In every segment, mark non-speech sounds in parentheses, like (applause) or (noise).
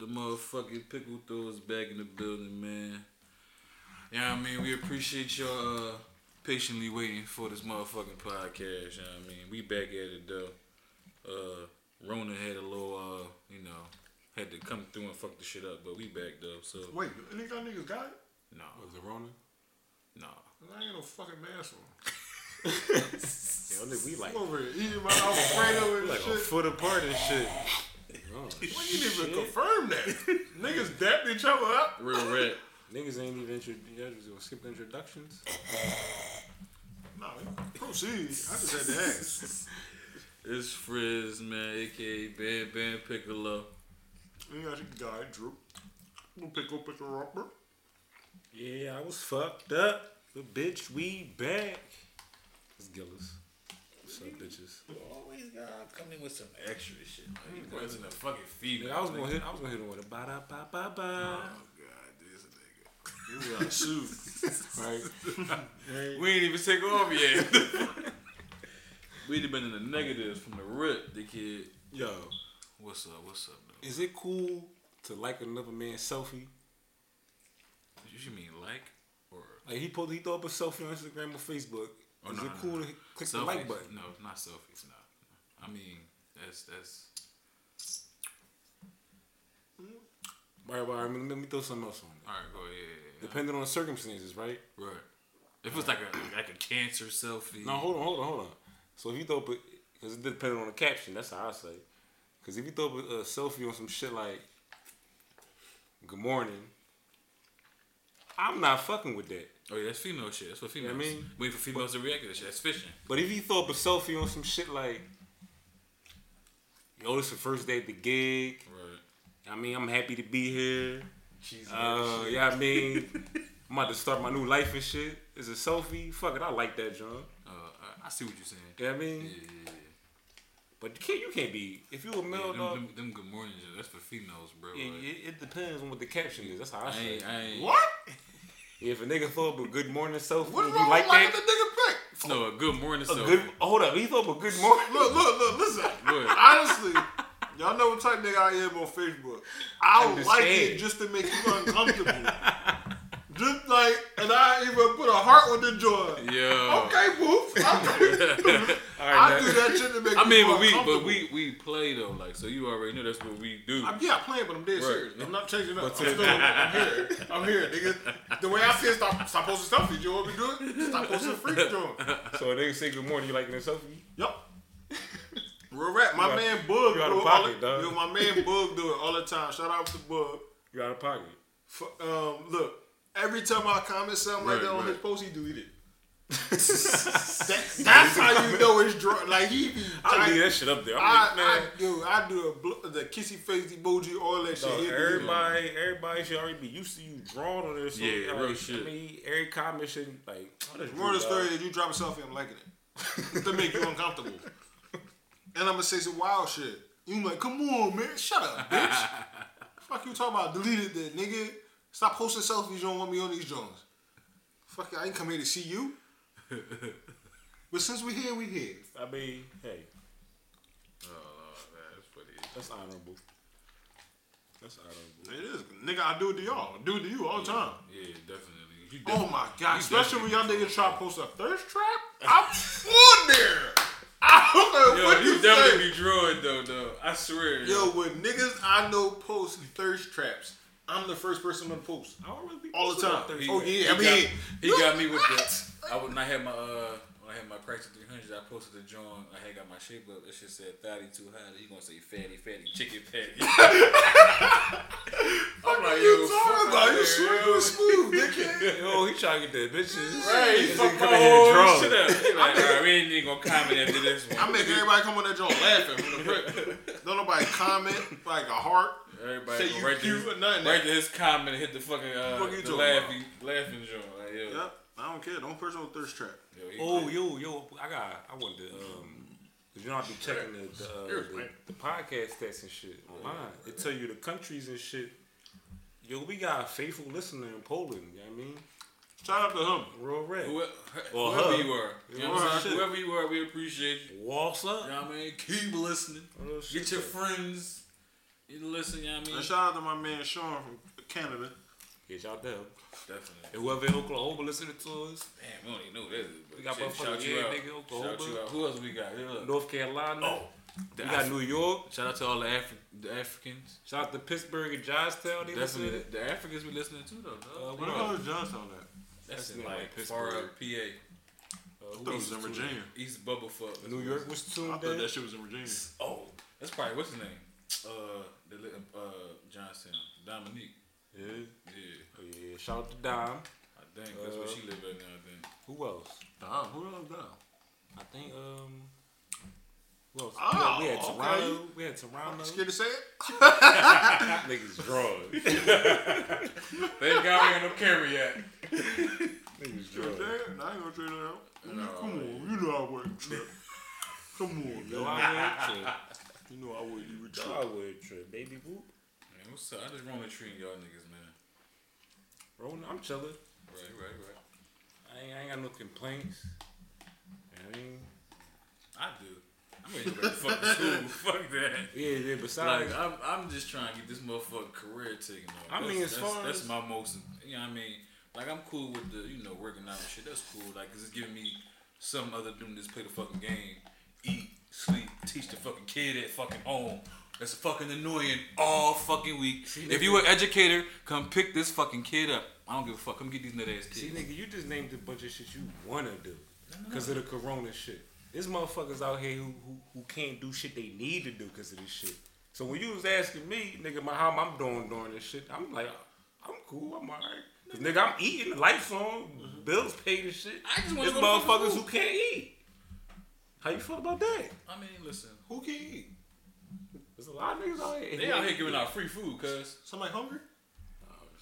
motherfucking pickle throwers back in the building, man. Yeah, you know I mean, we appreciate y'all uh, patiently waiting for this motherfucking podcast. You know what I mean, we back at it though. Uh, Rona had a little, uh, you know, had to come through and fuck the shit up, but we back though. So Wait, any of y'all niggas got it? no, Was it Rona? no. I ain't no fucking mask on. Yo, nigga, we like, I'm over here eating my Alfredo and Like a shit. foot apart and shit. Well, you didn't even confirm that. niggas dapped each other up. Real rap. niggas ain't even introduced. Gonna skip introductions. No, proceed. I just had to (laughs) ask. It's Frizz, man, aka Bam Bam Piccolo. We got your guy, Drew. Little Pickle, pickle, romper. Yeah, I was fucked up, but bitch, we back. It's Gillis. What's up, bitches? Always gotta come in with some extra shit. Man. You wasn't a fucking female. Nigga, I was gonna hit. I was gonna hit on with a ba da ba ba ba. Oh, God, this nigga. This is our (laughs) shoe. Right? We ain't even take off yet. (laughs) We'd have been in the negatives from the rip, the kid. Yo, What's up? What's up, though? is it cool to like another man's selfie? You should mean like or Like he pulled, he threw up a selfie on Instagram or Facebook. Oh, is no, it no, cool no. to click selfies? the like button? No, not selfies. No, I mean that's that's All right, all right. Let me, let me throw something else on. There. all right. Go ahead. Depending on the circumstances, right? Right. If it's like a like a cancer selfie. No, hold on, hold on, hold on. So if you throw up, because it depended on the caption. That's how I say. Because if you throw up a, a selfie on some shit like "Good morning," I'm not fucking with that. Oh yeah, that's female shit. That's what females. I mean? waiting for females to react to that shit. That's fishing. But if you throw up a selfie on some shit like, "Yo, this is the first day at the gig. Right. I mean, I'm happy to be here. Cheesy. Uh, yeah, I mean, I'm about to start my new life and shit. It's a selfie. Fuck it, I like that, John. Uh, I, I see what you're saying. You know what I mean? Yeah, yeah, yeah. But you can't, you can't be if you a Yeah, male them, dog. them, them good mornings. yeah, That's for females, bro. It, Like, it, it depends on what the caption is. That's how I I say. it. ain't, I ain't. What? If a nigga throw up a good morning selfie, What's you wrong like with liking that? the nigga pick? No, a good morning. A So good. Hold up, he throw up a good morning. Look, look, look, listen. What? Honestly, y'all know what type of nigga I am on Facebook. I would like it Understand. just to make you uncomfortable. just like, and I even put a heart on the joy. yeah. Okay, (laughs) boof. I, I do that shit to make I mean, you but we, uncomfortable. but we, we play though. Like, so you already know that's what we do. I'm, yeah, I'm playing, but I'm dead Right. serious. I'm not changing up. I'm, still, I'm here. I'm here, nigga. The way I see it, stop, stop posting selfies. You know what we doing? Stop posting freak drawing. So a nigga say good morning, you liking that selfie? Yep. Real rap. My You out- man Bug you out do it of all the, pocket, dog. Yo, my man Bug do it all the time. Shout out to Bug. You out of pocket. F- Um, look, every time I comment something like Right, that on right. his post, he delete it. (laughs) That- that's how you know it's drunk. Like he be. I trying- leave that shit up there. I, I'm I, like, man. dude, I do a bl- the kissy face emoji, all that shit. dog, He be- everybody, everybody should already be used to you drawing on this. Yeah, like, real shit. I mean, every comment should like. oh, this Moral of the dude, dog. story is you drop a selfie, I'm liking (laughs) it. to make you uncomfortable. And I'm gonna say some wild shit. You like, come on, man, shut up, (laughs) bitch. Fuck you talking about? Deleted that, nigga. Stop posting selfies. You don't want me on these Jones. Fuck you, I ain't come here to see you. (laughs) but since we here, we here. I mean, hey, Oh, man, that's funny. that's honorable. That's honorable. It is, nigga. I do it to y'all. I do it to you all the time. Yeah, definitely. You Oh definitely- my god! you Especially when y'all definitely- niggas try to post a thirst (laughs) trap. I'm on there. I don't know Yo, what you, you, say. definitely be drawing though, though. I swear. Yo, when niggas I know post thirst traps, I'm the first person to post. I don't really be All the posting time. about that. He- oh, yeah, I he mean, got, he look, got me with what? the. I would not have my uh. When I had my practice 300, I posted the joint. I had got my shape up. That shit said fatty too high. He gonna say fatty, fatty, chicken fatty. (laughs) I'm like, you yo, talking fuck about? out You of smooth, here, you yo. (laughs) smooth, dickhead. (laughs) Yo, he trying to get that bitches. Right, he Niggas fucked come my in here and whole draw. shit up. He like, all right, we ain't even gonna comment (laughs) after this one. I make everybody come on that joint laughing from the rip. Don't nobody comment like a heart. Everybody Say go you right, cute to or his, nothing. right to his comment and hit the fucking uh, Fuck you the talking laughing, laughing joint. Like, yo, Yep, I don't care. Don't personal thirst trap. yo, he- Oh, yo, yo, I got, I wanted to, um, 'cause you know, I be checking the, the, uh, the, the podcast stats and shit online. It tell you the countries and shit. Yo, we got a faithful listener in Poland, you know what I mean? Shout out to him. Real red. Whoever, Or whoever her. you are, you know Or what I'm her. saying? Whoever you are, we appreciate you. Waltz You up. know what I mean? Keep listening. Real shit, Get your though. friends. You listen, you know what I mean? And shout out to my man Sean from Canada. Yes, y'all do. Definitely. And whoever in Oklahoma listening to us, Damn, we don't even know this. But We got shit, motherfuckers shout you here, out. nigga, shout you Oklahoma. out. Who else we got? Here, look. North Carolina, Oh, we got New York. Shout out to all the, Afri- the Africans. Shout out to Pittsburgh and Johnstown. They listening. Definitely, the, the Africans we listening to though. Uh, dog. we don't- is Johnstown at? that's in that's in, like like, far up PA, I Uh, who thought it was else in is tuned Virginia. East Bubblefuck. in? New York was I tuned thought in. that shit was in Virginia. Oh, that's probably what's his name. Uh, the li- uh Johnson Dominique. Yeah. Yeah, Oh, yeah. Shout out to Dom. I think that's where she live at now. I think. Who else? Damn, who else down? I think um. Who else? Oh, we, okay. had, we had Toronto. We had Toronto. Scared to say it? That niggas drawing. (laughs) They ain't got me on no camera yet. niggas Scared to drawing. say it? Nah, I ain't gonna trade it out. No, Come on, you know I wouldn't (laughs) trip. Come on, Yo, man. I would trip. You know I wouldn't even Yo, trip. I would trip. Baby boop. Man, what's up? I just wrongly treating y'all niggas, man. Rolling. I'm chilling. Right, right, right. I ain't, I ain't got no complaints. I mean, I do. I'm ready to go back to fucking school. (laughs) Fuck that. yeah, yeah. Besides, Like I'm, I'm just trying to get this motherfucking career taken off. I mean, That's- as that's, far that's as- my most, you know, what I mean, like I'm cool with the, you know, working out and shit. That's cool, like, 'cause it's giving me something other than just play the fucking game, eat, sleep, teach the fucking kid at fucking home. That's fucking annoying all fucking week. if you an educator, come pick this fucking kid up. I don't give a fuck. Come get these nut ass kids. See, nigga, you just named a bunch of shit you wanna do because of the corona shit. There's motherfuckers out here who, who, who can't do shit they need to do because of this shit. So when you was asking me, nigga, my how I'm doing during this shit, I'm like, I'm cool, I'm alright. 'Cause, nigga, I'm eating, lights on, bills paid and shit. Mm-hmm. I just wanna There's go to fucking motherfuckers school. who can't eat. How you feel about that? I mean, listen, Who can eat? There's a lot of niggas out here. Oh, they out here giving out free food, cuz. Somebody hungry?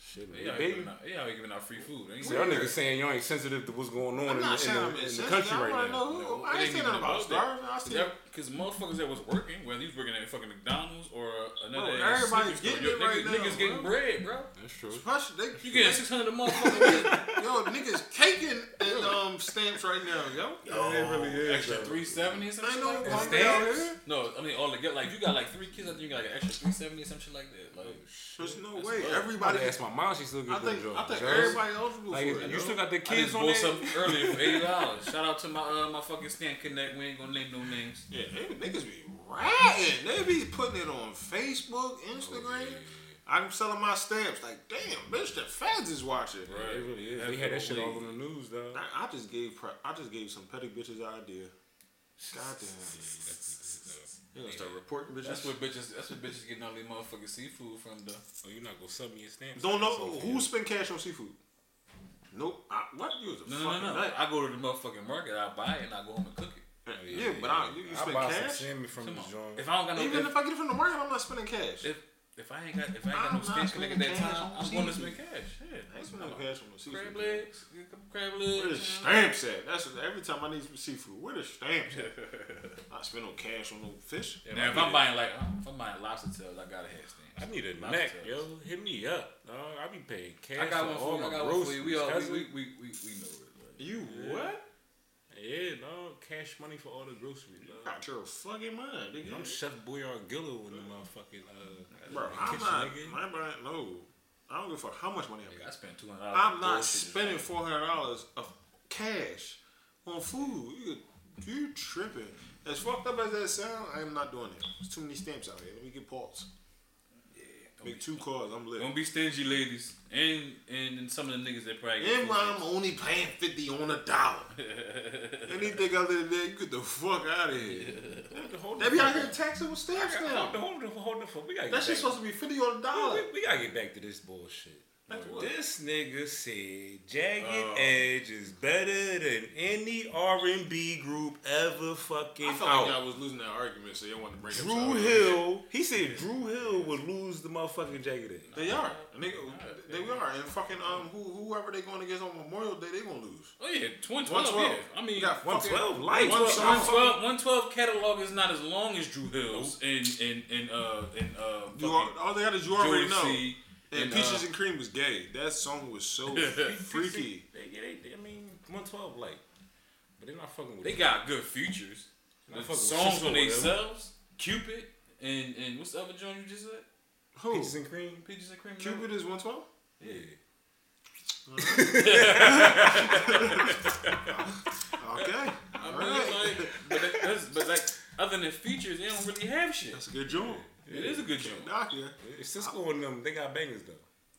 shit, They out man. here Baby. giving out- they out here giving out free food. Ain't So y'all weird. niggas saying you ain't sensitive to what's going on in, I'm the, not in, saying the, I'm in the insensitive. country I right wanna now. know who. It I ain't even saying nothing about that. starving. I Cause see. that- Cause motherfuckers that was working, whether he was working at fucking McDonald's or another Bro, ass everybody's sneaker store, getting it yo, niggas, right now, niggas getting bro. bread, bro. That's true. Hush, they, (laughs) You getting six hundred a motherfucker yo, niggas caking at um, stamps right now, yo. Yeah, it really with is. extra though. three seventy or something. Ain't no like that. one Stamps? down here. No, I mean all together. Like you got like three kids, I think you got like an extra three seventy or some shit like that. Like There's no That's way. love. I Everybody. to ask my mom. She still I gets think them jobs. I think Jobs. everybody's eligible Like, for it. you yo. still got the I kids just on bought there. something earlier for eighty dollars. Shout out to my uh my fucking stamp connect. We ain't gonna name no names. Yeah, they, niggas be ratting. They be putting it on Facebook, Instagram. I'm selling my stamps. Like, damn, bitch, the feds is watching. Right. It really is. That's They had that shit what all we- on the news, though. I, I just gave pre- I just gave some petty bitches an idea. Goddamn, they gonna start reporting bitches. That's what bitches. That's what bitches getting all these motherfucking seafood from. The Oh, you're not gonna sub me a stamp? Don't know who spent cash on seafood. Nope. I, what you was a no, no, fucking no, no. nut. I go to the motherfucking market. I buy it and I go home and cook it. yeah, but I, you, you I spent buy cash. some salmon from Come this on. joint. If I don't got no, Even if, if I get it from the market, I'm not spending cash. if, if I ain't got, if I ain't got I'm no not stamp connect at spending that cash time, on I'm going to seafood. spend cash. Yeah. I ain't spending no cash on no seafood. Crab legs, get some crab Where the legs. stamps at? That's every time I need some seafood. Where the stamps at? I spend no cash on no fish. Now, if I'm buying like, if I'm buying lobster tails, I gotta have stamps. I need a Lobster neck, tails. yo. Hit me up. dog. I be paying I cash. got one for for all you. I my got one for groceries. you. We all we cousin. we we, we, we know it. You what? Yeah, no cash money for all the groceries. dog. Out your fucking mind, nigga. I'm Chef Boyard Gillow in the motherfucking uh, Bro, I'm kitchen, not. nigga. My brand, no. I don't give a fuck how much money I Like, pay. I spent two hundred dollars. I'm not spending four hundred dollars of cash on food. You you tripping? As fucked up as that sound, I am not doing it. There's too many stamps out here. Let me get paused. Make two calls. I'm lit. Don't be stingy, ladies, and and, and some of the niggas that probably. get And food why I'm only paying fifty on a dollar. Anything other than that, you get the fuck out of here. Hold They the be fuck out up. here taxing with stamps Hold the now. hold the hold the fuck. We gotta That get shit's back. supposed to be fifty on a dollar. Oh, We, we gotta get back to this bullshit. That's what? This nigga said Jagged Oh. Edge is better than any R and B group ever fucking I felt like out. y'all was losing that argument, so y'all wanted to bring up Drew something. Hill, he said Drew Hill would lose the motherfucking Jagged Edge. They are, nigga. They, they are, and fucking um, who, whoever they going against on Memorial Day, they gonna lose. Oh yeah, twenty twelve. 112. Yeah. I mean, You got One fucking- twelve, light. One One song. 112, 112 catalog is not as long as Drew Hill's and and and uh and uh You are, all they got is you already know. Jodeci and, and, Peaches uh, and Cream was gay. That song was so freaky. I mean, one twelve, light. But they're not fucking with. They it. got good futures. Not The fucking with songs Cisco on or whatever. themselves, Cupid, and and what's the other joint you just said? Who? Peaches and cream. Peaches and cream. and Cupid is 112? everything? Yeah. (laughs) Okay. I All mean, right. like, but, that- that's, but like, other than features, they don't really have shit. That's a good joint. It is a good joint. Knock yeah. If Cisco and them, they got bangers though.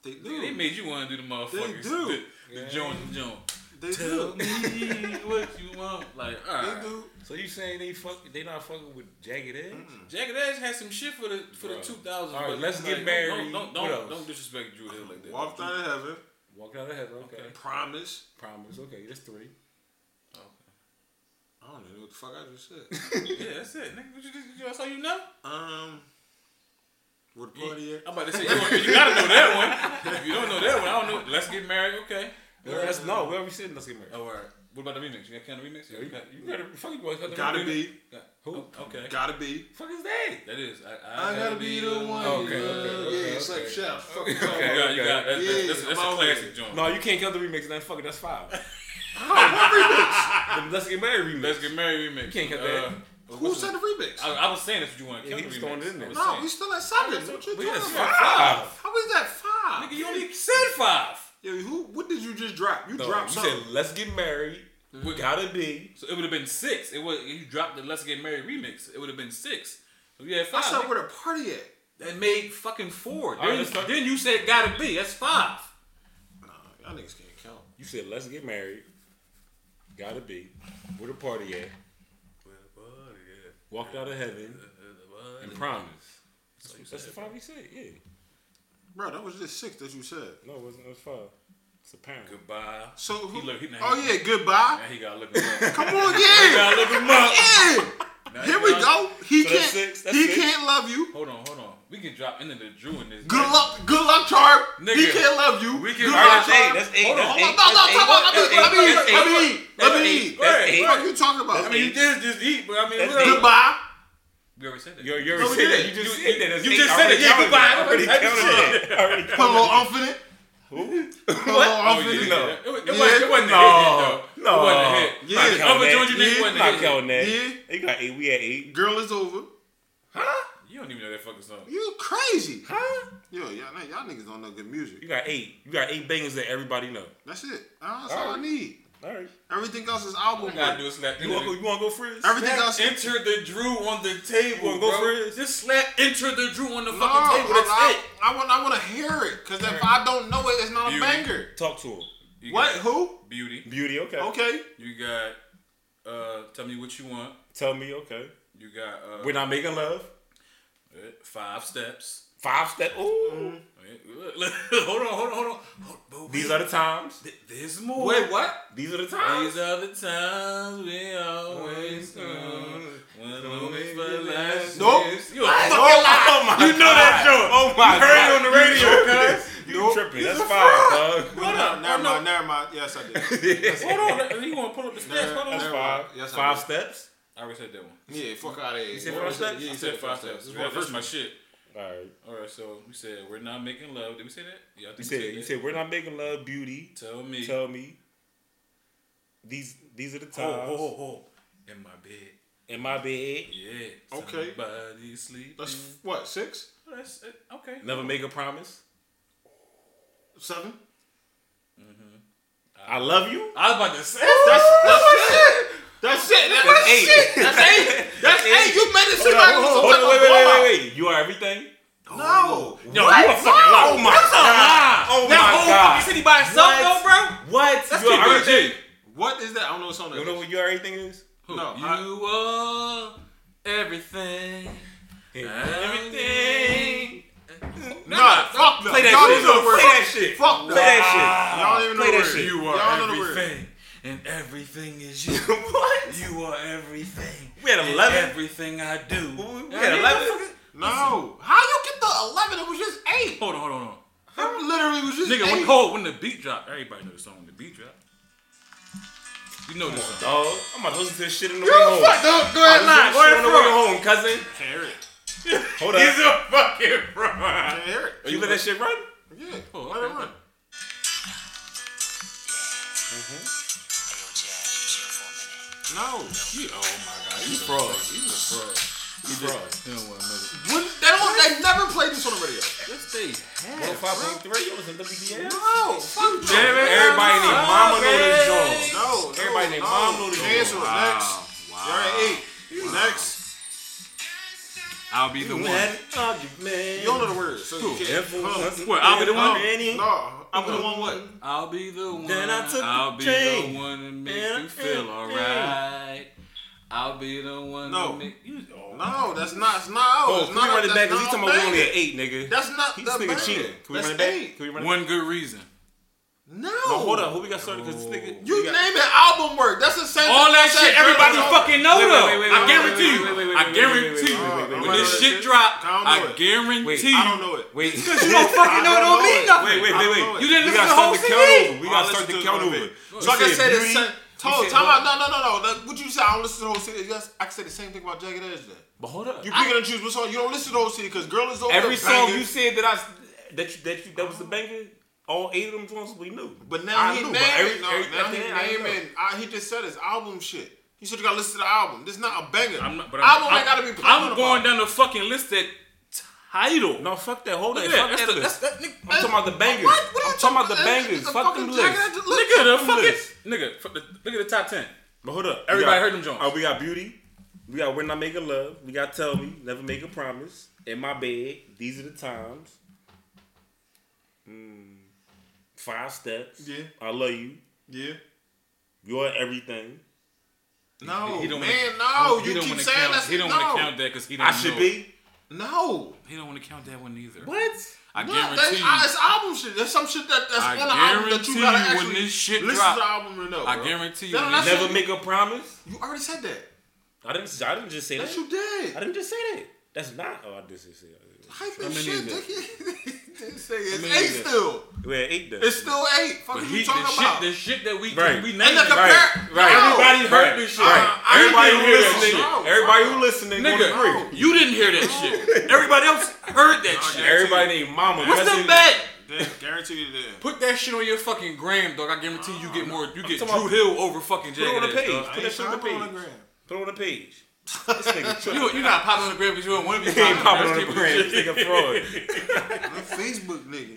They do. They made you want to do the motherfuckers. do. The, the Yeah. joint, the joint. They Tell do. me (laughs) what you want. Like, all They right. do. So you saying they fuck? They not fucking with jagged edge? Jagged Edge had some shit for the for Bruh. the 2000s. All right, but let's it's get like, married. Don't What don't, else? don't, don't disrespect Drew Hill like that. Walked out of heaven. Walk out ahead. Okay. Okay. Promise. Promise. Okay, that's three. I don't even know what the fuck I just said. yeah, that's it. Nigga, what you just, that's all you know. (laughs) um, with a party at? I'm about to say you, don't- you gotta know that one. If you don't know that one, I don't know. Let's get married. Okay. Well, uh, that's no. Where we sitting? Let's get married. Oh, all right. What about the remix? You got kind of remix? You got- you gotta fuck you boys. Gotta be. Got- Who? Oh, okay. Gotta be. Fuck is that? That is. I, I, I gotta be the one. Okay, you okay, love. okay, yeah, okay, it's okay. like shut up. Fuck Okay. you talking You about. got, you got, that's, that's, Yeah, that's, that's a I'm classic joint. No, you can't count the remix. That's fucking. That's five. The Let's get married remix. Let's get married remix. You can't cut that. Who said the remix? I, I was saying that's what you want to Yeah, count the he was remix. throwing it in there. I was no, saying. we still at seven. What you We talking at about? five. How is that five? Nigga, you only said five. Yo, who? What did you just drop? You No, dropped you something. said let's get married. We gotta be. So it would have been six. It was you dropped the Let's Get Married remix. It would have been six. So you had I five. said where the party at? that made fucking four. All right, Then, let's start- then you said gotta be. That's five. Nah, y'all niggas can't count. You said let's get married. Gotta be. Where the party at? Walked out of heaven and promise. That's the five you said. Yeah. Bro, that was just six that you said. No, it wasn't. It was five. It's a pound. (laughs) Goodbye. So who? He look- he- now oh he- yeah, goodbye. (laughs) Now he gotta look him up. Come on, He yeah, gotta look him up. yeah. Now he Here we gotta- go. He So that's can't. six, that's he six. can't love you. Hold on, hold on. We can drop into the Drew in this. Good luck, good luck, Charm. He Nigga. can't love you. We can- good Alright, luck, that's eight, Charm. that's Hold on, eight, that's hold on. eight, No, no, time out. that's eight, Let me, let me, that's eight, let me, eat, let that's me. eight, eat. that's Right, eight. What are you talking about? I mean, you did just eat, but I mean, That's what else? eight. goodbye. We already said that. You already- you No, already we said did that. You it. just You- said that. That's you eight. just I said it. Yeah, already goodbye. counted it. I already That's counted it. I already Put a counted little umph in it. Put a little Oh, yeah, umph in it. yeah. No. It, wa- it wasn't, it wasn't a hit, though. No. It wasn't a hit. Yeah. Like, the other joint you Yeah. did wasn't a Not hit. counting that. Yeah. You got eight. We at eight. Girl is over. You don't even know that fucking song. You crazy. Huh? Yo, y'all, y'all niggas don't know good You music. got eight. You got eight bangers that everybody know. That's it. That's all I Alright. need. All right. Everything else is album. I gotta work. do is slap You want to go? You want to go first? Everything Slap else. enter the Drew on the table. wanna go bro. for it? Just slap enter the Drew on the No, fucking table. That's I, it. I, want. I want to hear it. Cause if I don't know it, it's not a Beauty. banger. Talk to him. You What? got Who? Beauty. Beauty. Okay. Okay. You got. Uh, tell me what you want. Tell me. Okay. You got uh, We're not making love. eh, five steps. Five step. Ooh. Eh, look, look, (laughs) hold on, hold on, hold on. Hold, but These wait, are the times. th- there's more. Wait, what? These are the times. These are the times we always know when moments for last. Nope. years. You a I fucking (laughs) know. liar. (laughs) Oh my You know that joint. Oh my You heard it on the radio, You cuz. tripping. You Nope. tripping. He's That's a five, (laughs) dog. Hold up, Never hold up. mind. Never mind. Yes, I (laughs) did. Hold on, you want to pull up the stats? Hold on. That's Never five. mind. Yes, I five did. steps. I already said that one. Yeah, fuck out of here. You said five steps? Yeah, I you said five steps. This is Yeah, my That's first my shit. All right. All right, so we said we're not making love. Did we say that? Yeah, I You think said we you said we're not making love, beauty. that. Tell me. Tell me. These these are the oh, times oh, oh, oh. In my bed. in my bed. Yeah. Okay. Somebody sleeping. That's f- what six, That's it. Okay. Never make a promise. seven. Uh, I love you. I was about to say. That's that's it. That's it. That's, eight. shit. That's eight. That's eight. You made it seem like it was some Hold type on, of wait, wait, wait, blowout. wait, wait. You are everything. No. Yo, you a fucking lie. Oh my god. Oh That my whole god. You said he by himself though, bro. What? That's you too are much. everything. What is that? I don't know what song that You know is. what you are everything is? No, you I- are everything. Everything. Nah, fuck no. Play that Y'all even shit. know the Play word. that shit. Fuck no. Play that shit. Y'all even know Play the that word. shit. You Y'all are know the word. everything, and everything is you. What? You are everything. We had and 11. Everything I do. We I had mean, 11. No. How you get the eleven? It was just eight. Hold on, hold on, hold on. It literally was just Nigga, when, eight. hold, when the beat drop, everybody know the song. The beat drop. You know this song. Dog, Oh, I'm about to listen to this shit in the way Yo, home. fuck. Go go ahead, Listen lie. to Go this shit ahead, on the way front. home, cousin. Hear it. Hold up. a fucking fraud. Hear it. You let that shit run? Yeah. Oh, Let it okay. run. Hey, yo, Jazz, you chill for a minute. No. You, oh my god, you fraud. You a fraud. You just You don't want to make it. When, they don't. They never played this on the radio. Well, 5.3 was in WDS. No, fuck no. Everybody named Mama know this Hey. joint. No, Everybody no, named no. Mom know this Cancel. joint. Wow. Next. Y'all at eight. Next. I'll be the one. You don't know the words. So you can't. Oh, What, I'll be the one? No, I'm the one what? I'll be the one. Then I took I'll the be train. the one to make And you I- feel and- alright. I'll be the one No. to make you. Oh, No, that's not. It's not. Oh, it's can we not run it that's back? Cause he's not talking about we bad. only at eight, nigga. That's not He's the nigga band. cheating. Can we That's run it back? eight. Can we run it back? One good reason. No. No, hold up. Who we got started? Cause this nigga. You we name got- it album work. That's the same. All thing that I said, shit, Drake everybody album. fucking know Wait, wait, wait, though. wait, I wait, guarantee you. wait, wait, I wait, wait, wait, wait, guarantee you. wait, wait, wait, When wait, this wait. shit drop, I don't know I it. guarantee I you. don't know it. Wait. Wait, don't fucking know it don't mean nothing. wait, wait, wait. You didn't listen to We gotta the whole start the count CD. I'll over. We gotta start listen the to it count when I'm over. back. You So like I said, the Beauty. same. You Told, said time what? out. No, no, no, no. That- What you said? I don't listen to the whole city. Yes, I said the same thing about Jagged Edge. Then But hold up. you picking and choose what song. You don't listen to the whole city because girl is over. Every the song banger. you said that I s- that you, that you, that was the banger. All eight of them songs we knew. But now I he knew, naming. but every- no, every- now at the he end, I didn't know. naming. I- He just said his album shit. He said you gotta listen to the album. This not a banger. I'm not, but I'm, album I'm, ain't gotta be. I'm playing going about. down the fucking list that title. No, fuck that. Hold Look that. at Fuck that. that That's the- that's list. that nigga. I'm talking about the bangers. What? What are you I'm talking about the about? It's- bangers. it's a Fuck them fucking lists. Jagged Edge list. Nigga, the Fuck fucking this. nigga. fuck the- Look at the top ten. But hold up. Everybody we got, heard them joints. Oh, we got Beauty. We got We're Not Making Love. We got Tell Me. Never Make a Promise. In My Bed. These Are the Times. Mm, five Steps. Yeah. I Love You. Yeah. You're Everything. No, He don't wanna- man, no. he You don't keep wanna saying count, that. He don't no. want to count that because he don't I Should know. Be. No. He don't want to count that one either. What? I No, that's, guarantee you. uh, it's album shit. That's some shit that, that's I on the album that you guarantee gotta you when actually this shit listen drop, to the album to know. I bro. guarantee you No, when no, this that's Never you- Make a Promise. You already said that. I didn't. I didn't just say That that. you I did. didn't just say that. That's not. Oh, I did just say that. Hype I and mean, shit. neither. nigga. (laughs) They say I it's mean, eight neither. still. We're at eight. Then. It's still eight. Fuck But what he, you the talking about? shit, the shit that we Right. we And named, the right. compare- right. Right. No. Everybody heard Right. this shit. Uh, I Everybody didn't who hear that listening. shit. Everybody who listening. gonna agree. nigga, you didn't hear that (laughs) shit. Everybody else heard that shit. Everybody named Mama. What's the bet? Damn, guarantee you did. Put that shit on your fucking gram, dog. I guarantee you get more. You get talking Drew about- Hill over fucking Put it Jagged on the Edge, page. dog. Put that shit on on the the page. gram. Put it on the page. This (laughs) nigga You tripping. you not popping on the gram because you don't want to be (laughs) He ain't popping on the That's brand. people- (laughs) This nigga fraud. I'm a Facebook nigga.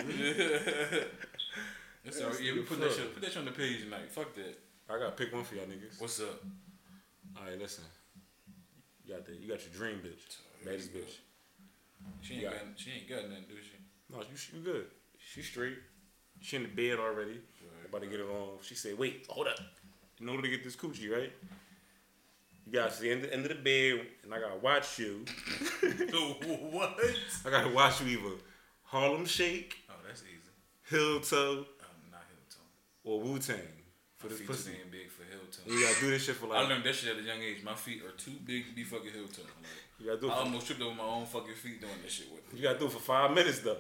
man. That's all right. Yeah, we put that shit. Put that shit on the page tonight. Fuck that. I gotta pick one for y'all niggas. What's up? All right, listen. You got the, you got your dream bitch, baddest bitch. She ain't got. She ain't got nothing, do she? (laughs) No, you sh- you good. She straight. She in the bed already. About to get it on. She said, "Wait, hold up. In order to get this coochie, right? You got to the end, end of the bed, and I gotta watch you. (laughs) what? I gotta watch you either Harlem Shake, Oh, that's easy. Hill Toe, I'm not Hilton. or Wu Tang for My this feet pussy. too damn big for Hilton. You gotta do this shit for I like. learned that shit at a young age. My feet are too big to be fucking Hilton. Like, You gotta do it. I For, almost tripped over my own fucking feet doing that shit with. you gotta do it for five minutes though.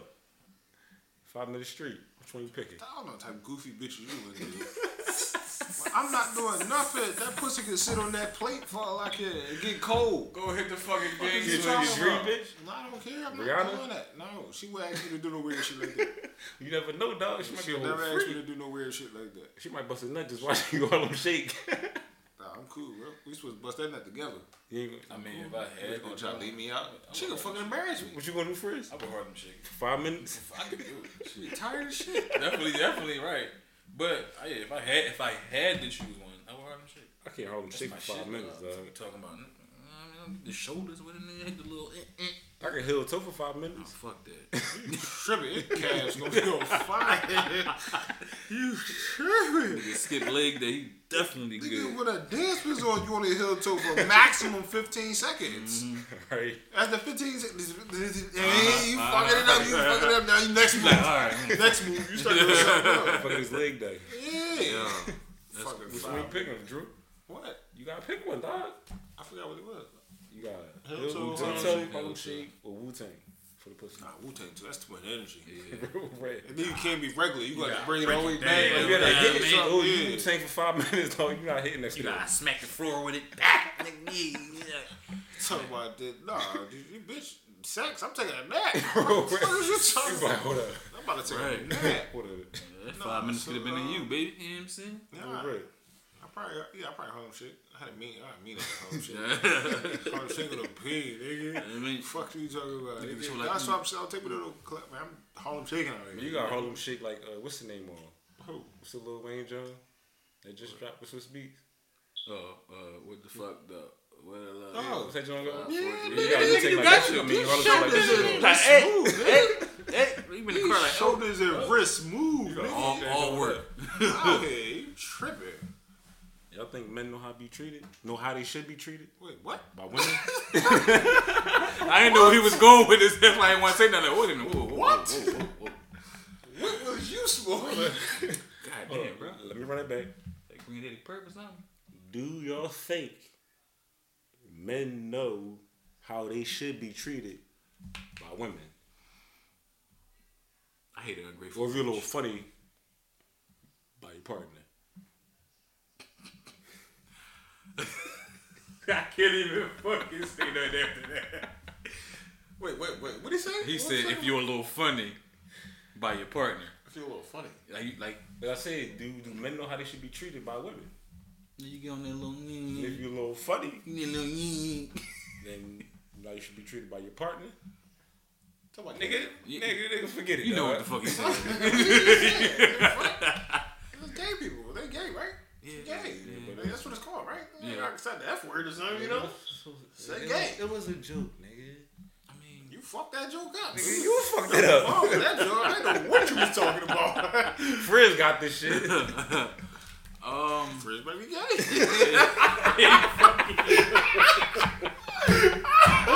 Five minutes straight. Which one you picking? I don't know what type of goofy bitch you is. (laughs) Well, I'm not doing nothing. That pussy can sit on that plate for all I care and get cold. Go hit the fucking is you game. talking your dream bitch. No, I don't care. I'm Rihanna? not doing that. No, she would ask me to do no weird shit like that. You never know, dog. She might She be a never whole asked me freak. to do no weird shit like that. She might bust a nut just watching you Harlem Shake. (laughs) Nah, I'm cool, bro. We supposed to bust that nut together. You ain't- I mean, if I They had, gonna to, try to leave me out. She gonna fucking embarrass me. What you gonna do first? I would hard them shit. Five minutes. I could do it. She tired as shit. definitely, definitely right. But I, yeah, if I had, if I had to choose one, I would hard them shit. I can't hold them That's shake my for five shit. minutes, dog. dog. That's what we talking about I mean, the shoulders with it, nigga, the little. eh, eh. I can heal toe for (laughs) five minutes. Fuck that. (laughs) Tripping. It cash gonna go fire. (laughs) you tripping. Skip leg day, he definitely Nigga, good. when a dance was on, you only held toe for maximum 15 seconds. Mm-hmm. right? After 15 seconds, hey, you Uh-huh. fucking it up, you fucking it up. Now you next Like, move. (laughs) all right, Next move, you start doing something else. Fuck his leg day. Yeah. that's Fucking Which foul. one you picking, Drew? What? You gotta pick one, dog. I forgot what it was. You got Heel heel toe, toe, Harlem toe, Shake. Harlem Heel shake, or Wu Tang for the pussy. Nah, (laughs) Wu Tang too. That's too much energy. right. And then you can't be regular. You, gotta gotta bring it all the way back. down. You Yeah, gotta Yeah, man. hit it, dog. Yeah. You Wu Tang for five (laughs) minutes, dog. You gotta hit next you to gotta that. smack the floor with it back. nigga, yeah, yeah. Talk about that. Nah, dude, you bitch, sex. I'm taking a nap. Bro, what the fuck is you talking He's (laughs) like, about? hold up. I'm about to take Right. a nap. What is it? That Five minutes so, could have been (laughs) uh, to you, baby. You know what I'm saying? Nah. Right. I probably yeah, I probably hung shit. I had a mean I had a mean I hung shit. (laughs) I hung shit with a pig, nigga. mean, Fuck you talking about? Nigga, nigga? so like- That's why I'm saying I'll take a little clip, man. I'm Harlem shaking out here. You got Harlem Shake like uh, what's the name on? Who? What's the Lil Wayne John? That just dropped with Swiss Beats. oh, uh, what the fuck, the what the love? Oh, what's that joint go? Yeah, You gotta nigga, take you like got that shit. you. I mean, You Harlem showed Shake like this that shit. shit. Like, hey, Smooth, nigga. you been in the car like oh, Shoulders and wrists move, nigga. all, all work. Out here, you tripping. Y'all think men know how to be treated? Know how they should be treated Wait, what? by women? (laughs) I didn't know where he was going (laughs) with this. That's why I didn't want to say nothing. Like, wait a minute. Whoa, whoa, What? Whoa, whoa, whoa. What was you smoking? God Hold damn, on, bro. Let me run it back. Like Green Day the purpose on Do y'all think men know how they should be treated by women? I hate an ungrateful. Or if you're a little funny, by your partner. (laughs) I can't even fucking say nothing after that. Wait, wait, wait. What did he say? He What said, if you're a little funny, by your partner. I feel a little funny. Like, you- like Like I said, do, do men know how they should be treated by women? you get on that little. If you're a little funny, Nigga, then you know you should be treated by your partner. Talk about Nigga, (laughs) You- nigga, nigga, forget it. you know what the fuck dog. he (laughs) said. It was gay people. They gay, right? Yeah, gay. yeah. Like, that's what it's called, right? Yeah. Like, I said the F word or something, you know? Say It gay. was- It was a joke, nigga. I mean, You fucked that joke up, nigga. You You fucked it up. fucked that joke. I didn't know what you was talking about. (laughs) Frizz got this shit. (laughs) um, Frizz might be gay. (laughs) (laughs)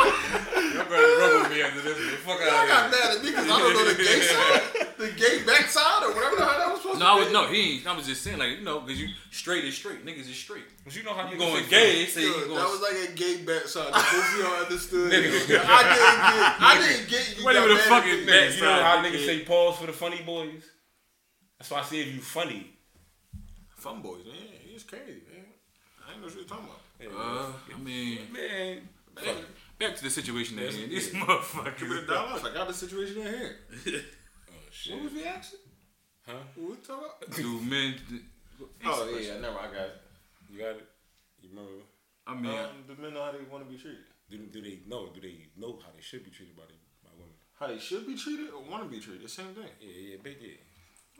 Your brother rubber me under this man. Fuck I out got of here. mad at me because I don't know the (laughs) gay side, the gay back side, or whatever the hell that was supposed no, I to was no. He. Ain't, I was just saying, like you know, because you straight is straight. Niggas is straight. But you know how You niggas going say gay? be. Say Yo, you going. that was like a gay back side. that Both of y'all (laughs) understood. I Nigga. didn't get. I didn't get. You What got even the mad at fuck me. is Nigga, that? you know how Yeah. niggas say pause for the funny boys? That's why I say if you funny. Fun boys, man. It's crazy, man. I ain't know what you're talking about. uh, I mean, man. back, back to the situation at hand. (laughs) These Give me the motherfuckers. dollars. I got the situation in here. Oh, shit. What was the action? Huh? What we talking about? Do men? Oh yeah, yeah, never. I got it. You got it? You remember? I mean, uh, Um, the men know how they want to be treated, Do, do they know? Do they know how they should be treated by, the, by women? how they should be treated or want to be treated. Same thing. Yeah, yeah, big yeah.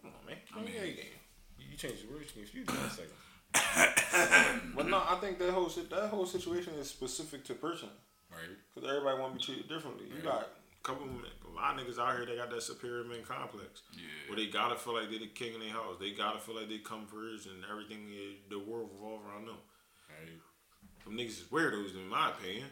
Come on, man. I mean- Yeah, yeah. You, you changed the words, you (coughs) confused me. for a second. But no, I think that whole sit- that whole situation is specific to person All right. because everybody want to be treated differently. You got a couple, of, a lot of niggas out here. They got that superior man complex. Yeah. Where they gotta feel like they're the king in their house. They gotta feel like they come first, and everything is, the world revolve around them. All right. Them niggas is weirdos, in my opinion.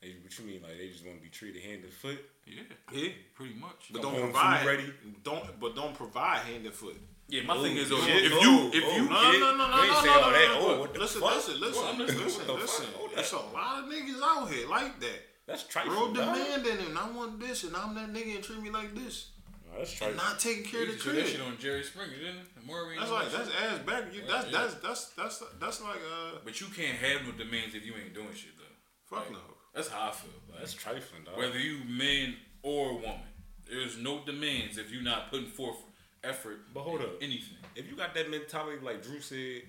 Hey, what you mean? Like, they just want to be treated hand and foot? yeah, Yeah. pretty much. But Come don't home from provide. ready. Don't but don't provide hand and foot. Yeah, my thing is, oh, though, shit, if oh, you, if oh, you, No, no, no, no, no, You ain't no, say no, all no, that. no, Oh, no. what the Listen, fuck? listen, listen, What? listen, What the listen, fuck? listen. Hold that. It's a lot of niggas out here like that. That's trifling. Real dog. demanding, and I want this, and I'm that nigga, and treat me like this, Nah, that's and trifling. not taking care of the you should that shit crib. on Jerry Springer, didn't it? The more we That's know like that that's shit. ass back. You, that's, Yeah. that's that's that's that's like uh But you can't have no demands if you ain't doing shit though. fuck no. That's how I feel. Like, That's trifling, dog. whether you man or woman, there's no demands if you're not putting forth effort. But hold in up. anything. (laughs) if you got that mentality, like Drew said,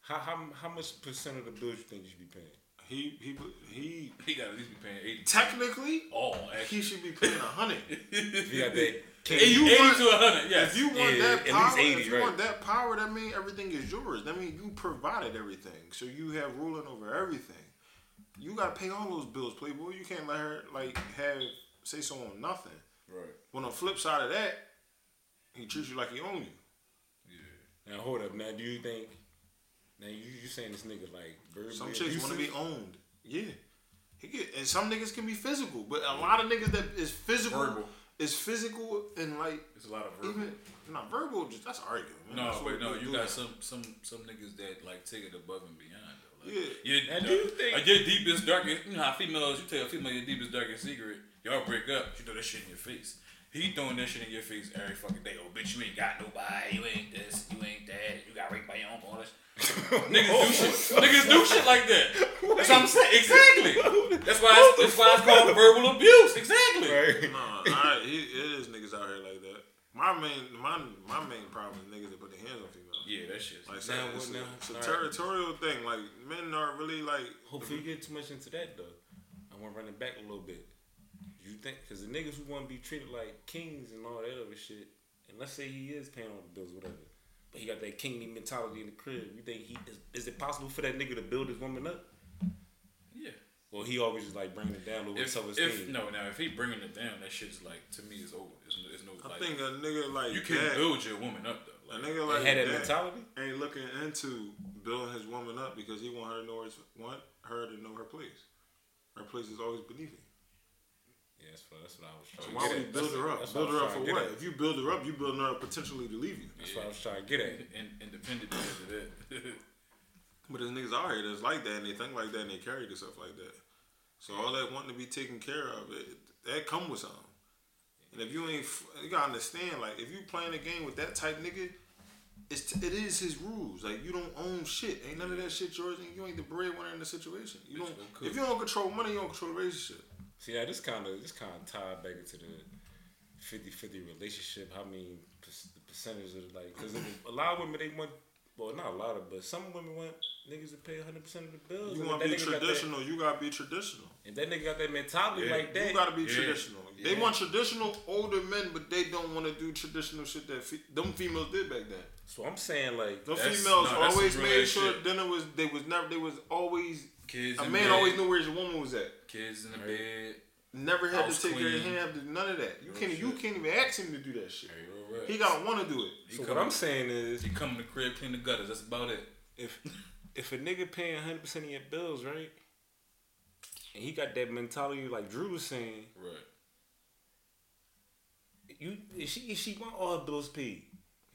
how how how much percent of the bills you think you should be paying? He he he. He got to at least be paying eighty. (laughs) Technically, All he actually. should be paying a hundred. (laughs) If you got that, can Eighty, you eighty want- to hundred. Yes. If you want Yeah, at that least power, 80, if you right. want that power, that means everything is yours. That means you provided everything, so you have ruling over everything. You gotta pay all those bills, Playboy. You can't let her like have say so on nothing. right. But on the flip side of that, he treats you like he own you. Yeah. now hold up. Now do you think? Now you you saying this nigga like verbally Some chicks want to be (laughs) abusive? owned. Yeah, he get, and some niggas can be physical, but a lot of niggas that is physical Verbal. is physical and like It's a lot of verbal. even not verbal. Just that's arguing. man. No, That's what wait, no. we You do now. got some some some niggas that like take it above and beyond. Though. Like, Yeah. Your, And uh, do you think- like, your deepest darkest? You know how females? You tell a female your deepest darkest secret, y'all break up. She throw that shit in your face. He throwing that shit in your face every fucking day. Oh, bitch, you ain't got nobody. You ain't this. You ain't that. You got raped by your uncle. all (laughs) this. Niggas do shit. (laughs) Niggas do shit like that. That's what I'm saying. Exactly. That's why. It's, that's why it's called verbal abuse. Exactly. Right. Nah, I, it, it is niggas out here like that. My main, my my main problem is niggas that put their hands on females. Yeah, that shit's Like, so Now, it's, what a, now? it's a All right. territorial thing. Like men aren't really like. Hopefully, you get too much into that though. I want to run it back a little bit. You think because the niggas who want to be treated like kings and all that other shit, and let's say he is paying all the bills, whatever, but he got that kingly mentality in the crib. You think he is? Is it possible for that nigga to build his woman up? Yeah. Or he always just like bring it down a little If, self if esteem? no, now if he bringing it down, that shit's like to me is over. It's, no- it's no I like think a nigga like you can that, build your woman up though. a Like, nigga He like had that that mentality. ain't looking into building his woman up because he want her to know his, want her to know her place. Her place is always beneath him. Yeah, that's what, that's what I was trying So to why get would you at. build That's- her up? that's Build I her up was for trying to what? get at. If you build her up, you building her up potentially to leave you. That's what I was trying to get at. in, independent of that. (laughs) But there's niggas out here that's like that and they think like that and they carry themselves like that. So all that wanting to be taken care of, it, that come with something. And if you ain't, f- you gotta understand, like if you playing a game with that type nigga, it's t- it is his rules. Like you don't own shit. Ain't none of that shit yours, and you ain't the breadwinner in the situation. You don't. go cook. If you don't control money, you don't control the relationship. See, now this kind of this kind of tied back into the 50-50 relationship. How many per- the percentage of like? Because a lot of women they want, well, not a lot of, but some women want niggas to pay hundred percent of the bills. You And want if to be that nigga got that- traditional. You gotta be traditional. If that nigga got that mentality Yeah. like that, You gotta be Yeah. traditional. They Yeah. want traditional older men, but they don't want to do traditional shit that fe- them females did back then. so I'm saying like, The That's- females no, that's always some real made ass sure shit. dinner was they was never they was always Kids a in man bed, always knew where his woman was at. kids in the bed. Never had House to take her queen. hand do none of that. You can't you can't even ask him to do that shit. Real rap. He gotta want to do it. He so come- what I'm saying is, he come in the crib, clean the gutters. That's about it. (laughs) if if a nigga paying hundred percent of your bills, right, and he got that mentality like Drew was saying, Right. you if she if she want all her bills paid,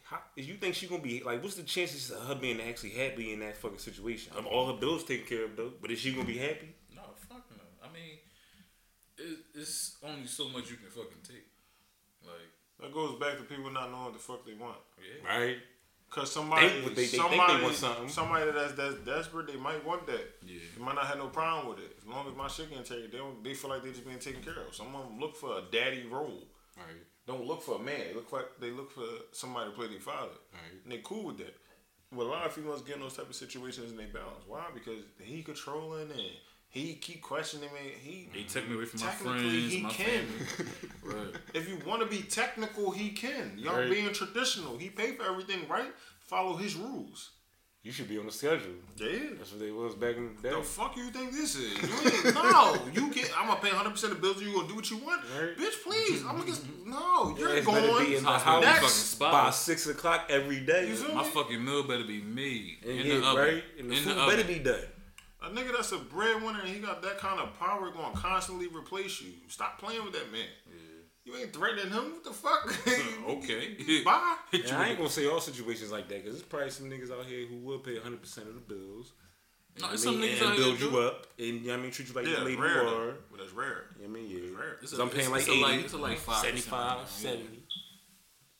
how, if you think she gonna be like, what's the chances of her being actually happy in that fucking situation? Um, all her bills taken care of though, but is she gonna be happy? No, fuck no. I mean, it, it's only so much you can fucking take. Like, That goes back to people not knowing what the fuck they want. yeah. (laughs) Right. Cause somebody, They- they- they think they somebody, want something. somebody that's that's desperate, they might want that. Yeah. They might not have no problem with it. As long as my shit getting taken, they don't, they feel like they just being taken care of. Someone look for a daddy role. Right. Don't look for a man. They look like they look for somebody to play their father. Right. And they cool with that. But a lot of females get in those type of situations and they bounce. Why? Because he controlling and he keep questioning me. He He took me away from my technically friends, he my can. family. Right. if you want to be technical, he can. Y'all all Right. being traditional. He pay for everything, right? Follow his rules. You should be on the schedule. Yeah. That's what they was back in the day. The fuck you think this is? You ain't, no, you get. I'm gonna pay 100 percent of bills. You gonna do what you want, Right. bitch? Please, I'm gonna get. No, you're It's better going. be in the Next. house Fucking by spot. six o'clock every day. You feel My me? fucking meal better be made And in, yeah, the oven. right, and the in food the better oven. be done. A nigga that's a breadwinner and he got that kind of power gonna constantly replace you. Stop playing with that man. You ain't threatening him. What the (laughs) fuck? okay. Bye. Hit And you I with ain't gonna say all situations like that because there's probably some niggas out here who will pay 100 percent of the bills. No, I it's mean, some niggas and out here build do you it. up, and you know what I mean, treat you like Yeah, the lady you rare. are. though. But that's rare. You know what I mean, yeah. Rare. It's So I'm paying it's- like it's a 80, It's a like five 75, 70.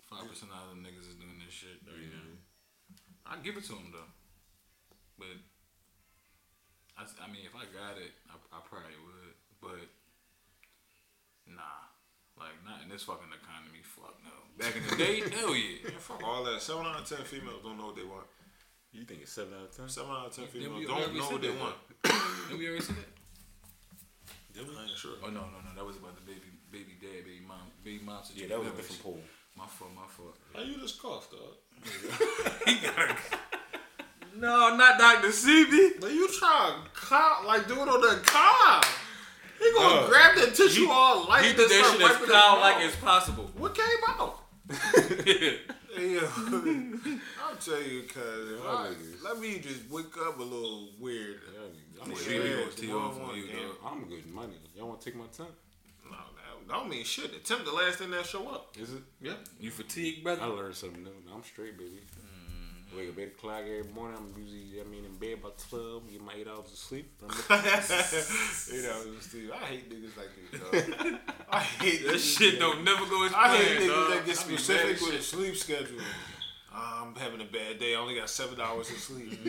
Five percent of the niggas is doing this shit right now. I give it to them though, but I, s- I mean, if I got it, I, I probably would. But nah, like not in this fucking economy. Fuck no. Back in the (laughs) day, hell yeah. Man, fuck all that. Seven out of ten females don't know what they want. You think it's 7 out of 10? Seven out of ten Didn't females we don't already know say what they that? want. Did we already see that? I ain't sure. Oh no, no, no. That was about the baby, baby dad, baby mom, baby mom Yeah, situation. that was a different pool. My fault, my fault. How you just (laughs) cough, dog? No, not Doctor Sebi. Now you try to cop, like do it on the cob. He gonna Uh, Dog, grab that tissue all light. He did and that start shit as wiping his proud like mouth. as possible. What came out? (laughs) yeah, Yeah, (laughs) I'll tell you, cuz if I- let me just wake up a little weird. I'm, Sure, good. we Yeah, gonna tee off on you, yeah. dog. I'm good money. Y'all want to take my time? No, that, that don't mean shit. The temp the last thing that show up. (laughs) Is it? Yeah. You fatigued, I brother? learned something new. Now I'm straight, baby. Wake up 8 o'clock every morning. I'm usually, I mean, in bed by 12. Get my 8 hours of sleep. I'm you know, Steve, I hate niggas like you, dog. (laughs) I hate That niggas shit that- don't never go as I hate planned, niggas dog. that get I be mad specific as with a shit. sleep schedule. Uh, I'm having a bad day. I only got seven hours of sleep.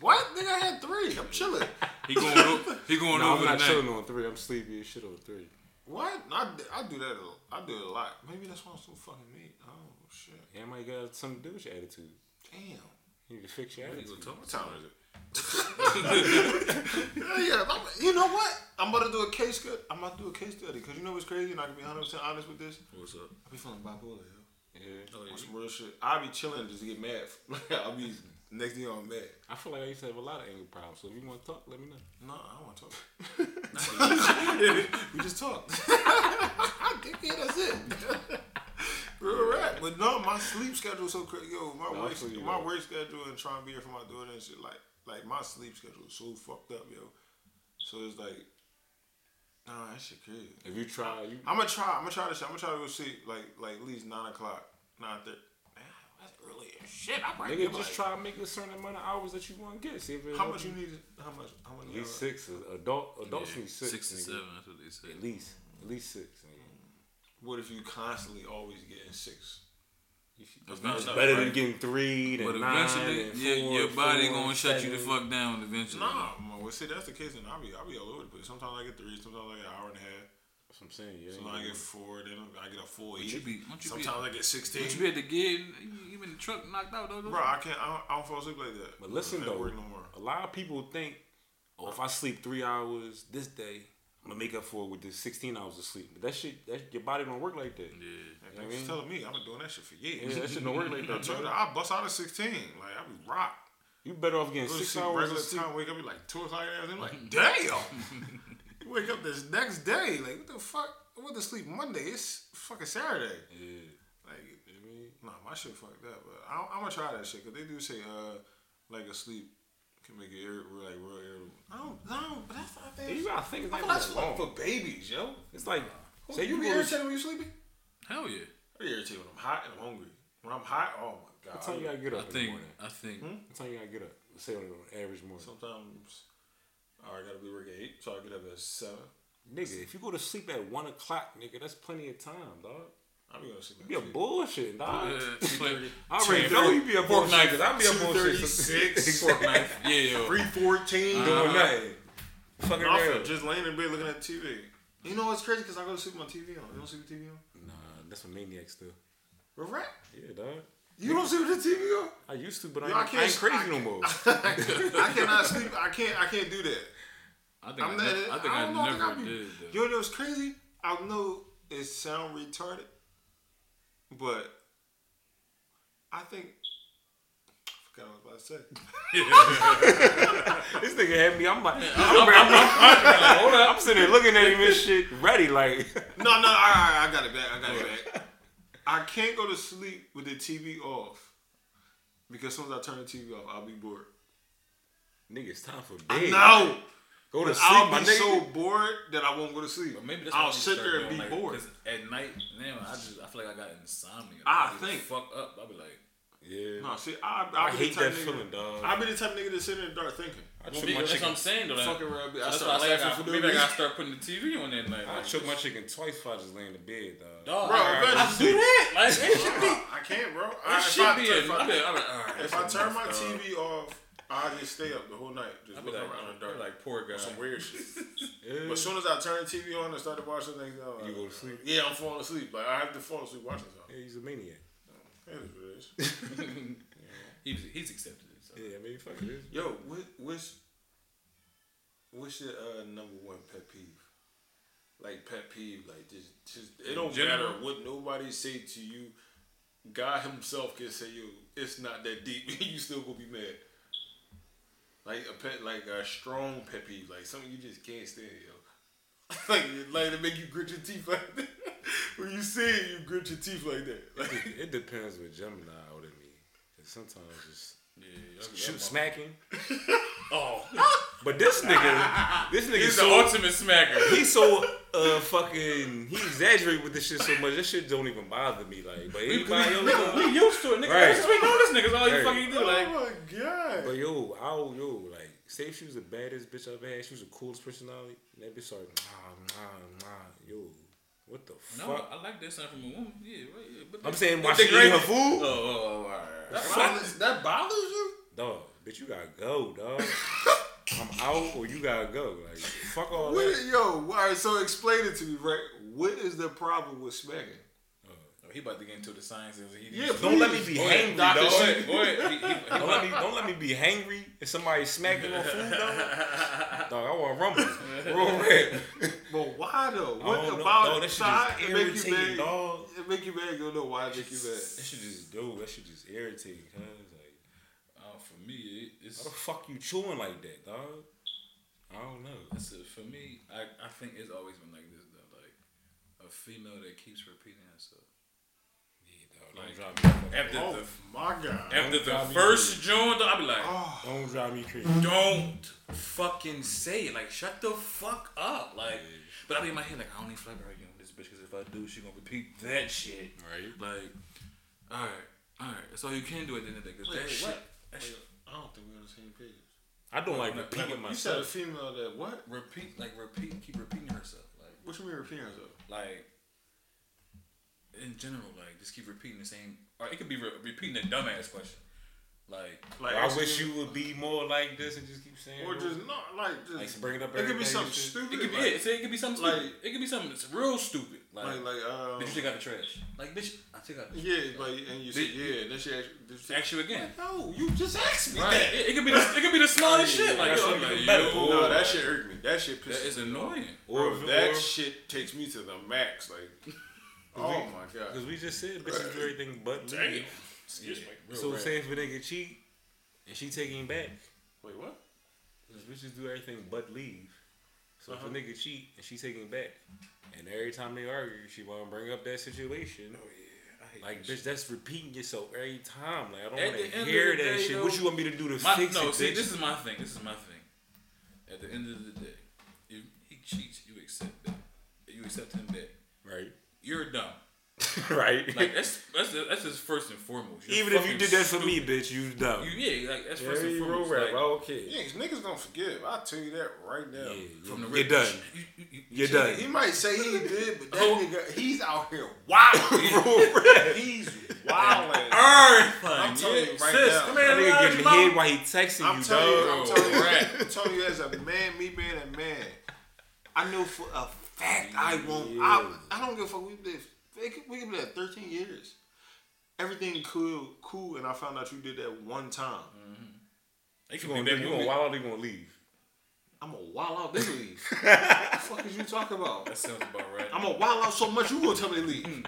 what? Nigga, I had three. I'm chilling. He going, o- he going no, I'm over not tonight. chilling on 3. I'm sleepy as shit on 3. What? I, d- I do that. A, l- I do it a lot. Maybe that's why I'm so fucking mean. Oh shit. Everybody got something to do with your attitude. Damn. You need to fix your We attitude. gonna talk What about time is it? (laughs) yeah, yeah. I'm- you know what? I'm about to do a case study. I'm about to do a case study because you know what's crazy, and I can be 100 percent honest with this. what's up? I be feeling bipolar, yo. Yeah. Oh, yeah. On some real shit. I be chilling just to get mad. (laughs) Like I'll be next thing I'm mad. I feel like I used to have a lot of anger problems. So if you want to talk, let me know. No, I don't want to talk. we (laughs) just talked. I think yeah, that's it. (laughs) Real rap. But no, my sleep schedule so crazy. Yo, my No, I work, feel you, my though. work schedule and trying to be here for my daughter and shit. Like, like my sleep schedule is so fucked up, yo. So it's like, nah, that shit crazy. If you try, you I'm gonna try. I'm gonna try this. shit. I'm gonna try to go sleep like like at least nine o'clock, nine thirty. Man, that's early as shit. I probably nigga get, just like- try to make a certain amount of hours that you want to get. See if it How help much you need? to- How much? How much? uh, At least six. Adult adults Yeah, need six. six and nigga. seven. That's what they say. At least at least six. Nigga. What if you constantly always getting six? That's not It's enough, better right? than getting three than But nine. eventually, and your, four, your body four, gonna shut you the seven. fuck down eventually. Nah, man, well, see, that's the case, and I'll be, I'll be all over the place. Sometimes I get three, sometimes I get an hour and a half, That's what I'm saying. Yeah. sometimes I get four, then I get a full you eight. be- don't you be- Sometimes I get But you sixteen. be at the gig, and you- you been in the truck knocked out though. Bro, I can't, I don't, I don't fall asleep like that. But listen I ain't though, working no more. a lot of people think, oh, if I sleep three hours this day, I'm gonna make up for it with the 16 hours of sleep. But that shit, that your body don't work like that. Yeah. Like, I you mean- telling me I've been doing that shit for Yeah, years. that shit don't work like (laughs) I that. told you, bro. I bust out at sixteen. Like I be rocked. You better off getting Go to six sleep hours regular of sleep. time, wake up, be like two o'clock. And I'm like, damn. you (laughs) wake up this next day, like what the fuck? I went to sleep Monday. It's fucking Saturday. Yeah. Like You know what I mean? Nah, my shit fucked up. But I, I'm gonna try that shit because they do say uh like a sleep can make it ir- real- like real irritable. I don't, I don't. But that's not that. You gotta think it's I like, feel that's that's like for babies, yo. It's like, Say say you, you be go irritated to when you sleeping? Hell yeah. I be irritated when I'm hot and I'm hungry. When I'm hot, oh my god. what time you gotta get I up in the think. morning. I think. Hmm? What time you gotta get up? Say on an average morning. Sometimes I gotta be work at eight, so I get up at seven. nigga, if you go to sleep at one o'clock, nigga, that's plenty of time, dog. I be gonna sleep. You be a bullshit, dog. (laughs) Uh, (laughs) I already know you be a Fork bullshit. 'cause knife. I be a bullshit. 236. Fork knife. yeah, yo. Three fourteen. Doing nothing. (laughs) Fucking real. Just laying in bed looking at TV. You know what's crazy? Cause I go to sleep with my TV on. You don't sleep with TV on? Nah, that's a maniac still. We're right. Yeah, dog. You don't sleep with the TV on? I used to, but I, Yo, ain't, I I can't ain't crazy s- I- no (laughs) more. I cannot sleep. I can't. I can't do that. I think. i I'm not. ne- I think I I, don't know. I think never I be- did. Though. You know what's crazy? I know it sound retarded, but I think I forgot what I was about to say. this nigga had me. I'm like, I'm, I'm, I'm, I'm- hold up. I'm sitting there looking at him (laughs) and shit, ready. Like, (laughs) No, no. All right, all right, I got it back. I got it back. I can't go to sleep with the TV off because as soon as I turn the TV off, I'll be bored. nigga, it's time for I bed. know. Go to But sleep, I'll my be nigga. so bored that I won't go to sleep. But maybe that's I'll what I need to sit start there and doing, be like, bored. 'cause At night, now I just I feel like I got insomnia. Ah, I just think. fuck up. I'll be like, yeah. No, see, I, I, I be the hate type that nigga- feeling, dog. I be the type of nigga that sit in the dark thinking. I well, choke maybe- my that's what chicken. I'm saying though. Fucking Fucking around, bitch. I that's start why I said I laughing got- for no maybe I reason. gotta start putting the TV on that night. I Like, choke my chicken twice if I just lay in the bed, dog. dog. Bro, I, I do eventually- that. Like it should be. I can't, bro. I, It if, should I, be. if, a- I'll be- I, I'll be like, all right, (laughs) if that's I enough, turn my dog. TV off, I just stay up the whole night, just I'll be looking like, around in the I'll dark, be like uh, poor guy. some weird shit. Yeah. But as soon as I turn the TV on and started watching things, I'm like, You go to sleep. Yeah, I'm falling asleep. Like I have to fall asleep watching something. Yeah, he's a maniac. That is what it is. (laughs) He's he's accepted it. So. Yeah, maybe fuck it. Yo, what, what's what's your uh, number one pet peeve? Like pet peeve, like just just it don't general? matter what nobody say to you. God Himself can say, "Yo, it's not that deep," (laughs) and you still gonna be mad. Like a pet, like a strong pet peeve, like something you just can't stand, yo. (laughs) like like to make you grit your teeth like that. (laughs) when you see it, you grit your teeth like that. (laughs) Like, It, it depends with Gemini out of me. 'Cause Sometimes just Yeah, y'all- y'all shoot my- smacking. Oh, But this nigga, this nigga he's the so ultimate (laughs) smacker. he's so uh fucking he exaggerate with this shit so much. This shit don't even bother me. Like, but anybody else, Nigga, uh, we used to it, nigga. Right. That's- We know this nigga's all you Right. fucking do. Like, oh my god! but yo, I don't yo like say if she was the baddest bitch I've had, she was the coolest personality. and That bitch started nah nah nah yo, what the no, fuck? I like that sound from a woman. Yeah, right. Yeah, but I'm the- saying why the she eating her greatest- food, Oh, oh, oh, all right. that, bothers, that bothers you? (laughs) dog. Bitch, you gotta go, dog. I'm out or you gotta go. Like Fuck all What, that. yo, all right. So explain it to me, right? What is the problem with smacking? Oh, he about to get into the sciences. and He Yeah, Don't let me please. be Go ahead, hangry, go dog. ahead, go ahead. He- he- he Don't let me don't let me be hangry if somebody smacking on food, dog. (laughs) Dog, I want rumble. (laughs) Real red. But why though? What don't know, about dog. the That shit side just it make you irritating, mad? dog. It make you mad. You do know why it make you mad. That should just do. That should just irritate, cuz like Uh, for me, it, how it's the fuck you chewing like that, dog? I don't know. That's it. For me, I, I think it's always been like this though, like a female that keeps repeating herself. Don't Like, drive me After Oh the my god. after Don't drive the me first joint, I'll be like, Oh, Don't drive me crazy. don't fucking say it. Like, shut the fuck up. Like, but I be in my head like, I don't need flat right on this bitch because if I do, she gonna repeat that shit. Right. Like, all right, all right. That's all you can do at the end of the day. 'cause Wait, that shit. what? that shit- I don't think we're on the same page. I don't like No, repeating You said a myself. female that what? Repeat, like repeat, keep repeating herself. Like. What you mean repeating herself? like in general, like just keep repeating the same, or it could be re- repeating a dumbass question, like Like I wish you would be more like this and just keep saying. or just not like just Like, bring it up It every could be day something and shit. stupid. it could be like, it. So it could be something stupid. like- it could be something that's real stupid. Like, Like like um. did you take out the trash? Like bitch, I took out. The trash. yeah, like and you said Did- yeah. and Then she asked. Did she, Ask you again. no, you just asked me Right. that. It, it could be the, it could be the smallest shit. Like, That's yo, what like, you yo, better pull. No, that shit irked me. That shit pissed that is me. annoying. Bro, Or- that or- shit takes me to the max. (laughs) Like, oh my god. Because we just said bitches do everything but leave. Damn. Excuse me. Real So rap. Mm-hmm. say if a nigga cheat and she taking him back, Wait, what? 'cause bitches do everything but leave. So Uh-huh. if a nigga cheat and she taking him back, and every time they argue, she wanna bring up that situation. Oh, yeah, I hate Like that shit. bitch, that's repeating yourself every time. Like I don't At want the end to of hear the that day, shit. what though, you want me to do to My, fix no, it, see, bitch? this is my thing. This is my thing. At the end of the day, if he cheats, you accept that. You accept him back. (laughs) (laughs) right, You're dumb. right. (laughs) Like (laughs) that's that's that's just first and foremost. You're Even if you fucking did that for me, stupid. bitch, you dumb. you, yeah, like that's first Very and real foremost. rap, Oh, like, I don't care. Yeah, 'cause niggas don't forgive. I'll tell you that right now. From the You're rip, done. You, you, you, You're done. (laughs) (laughs) He might say he did, but that Oh. nigga, he's out here wild. (laughs) he's wilding. Earth, I'm like, telling yeah, you right sis, now. the man That nigga lied getting about- head while he texting I'm you, telling you, dog. I'm telling you, Right. I'm telling you as a man, me being a man, I know for a fact I won't. I, I don't give a fuck. We've been, we could- we could be at 13 years. Everything cool, cool, and I found out you did that one time. They You can gonna do leave? that You gonna movie. wild out? or You gonna leave? I'm a wild out this league. what the fuck is you talking about? That sounds about right. I'm a wild out so much you gonna tell me to leave.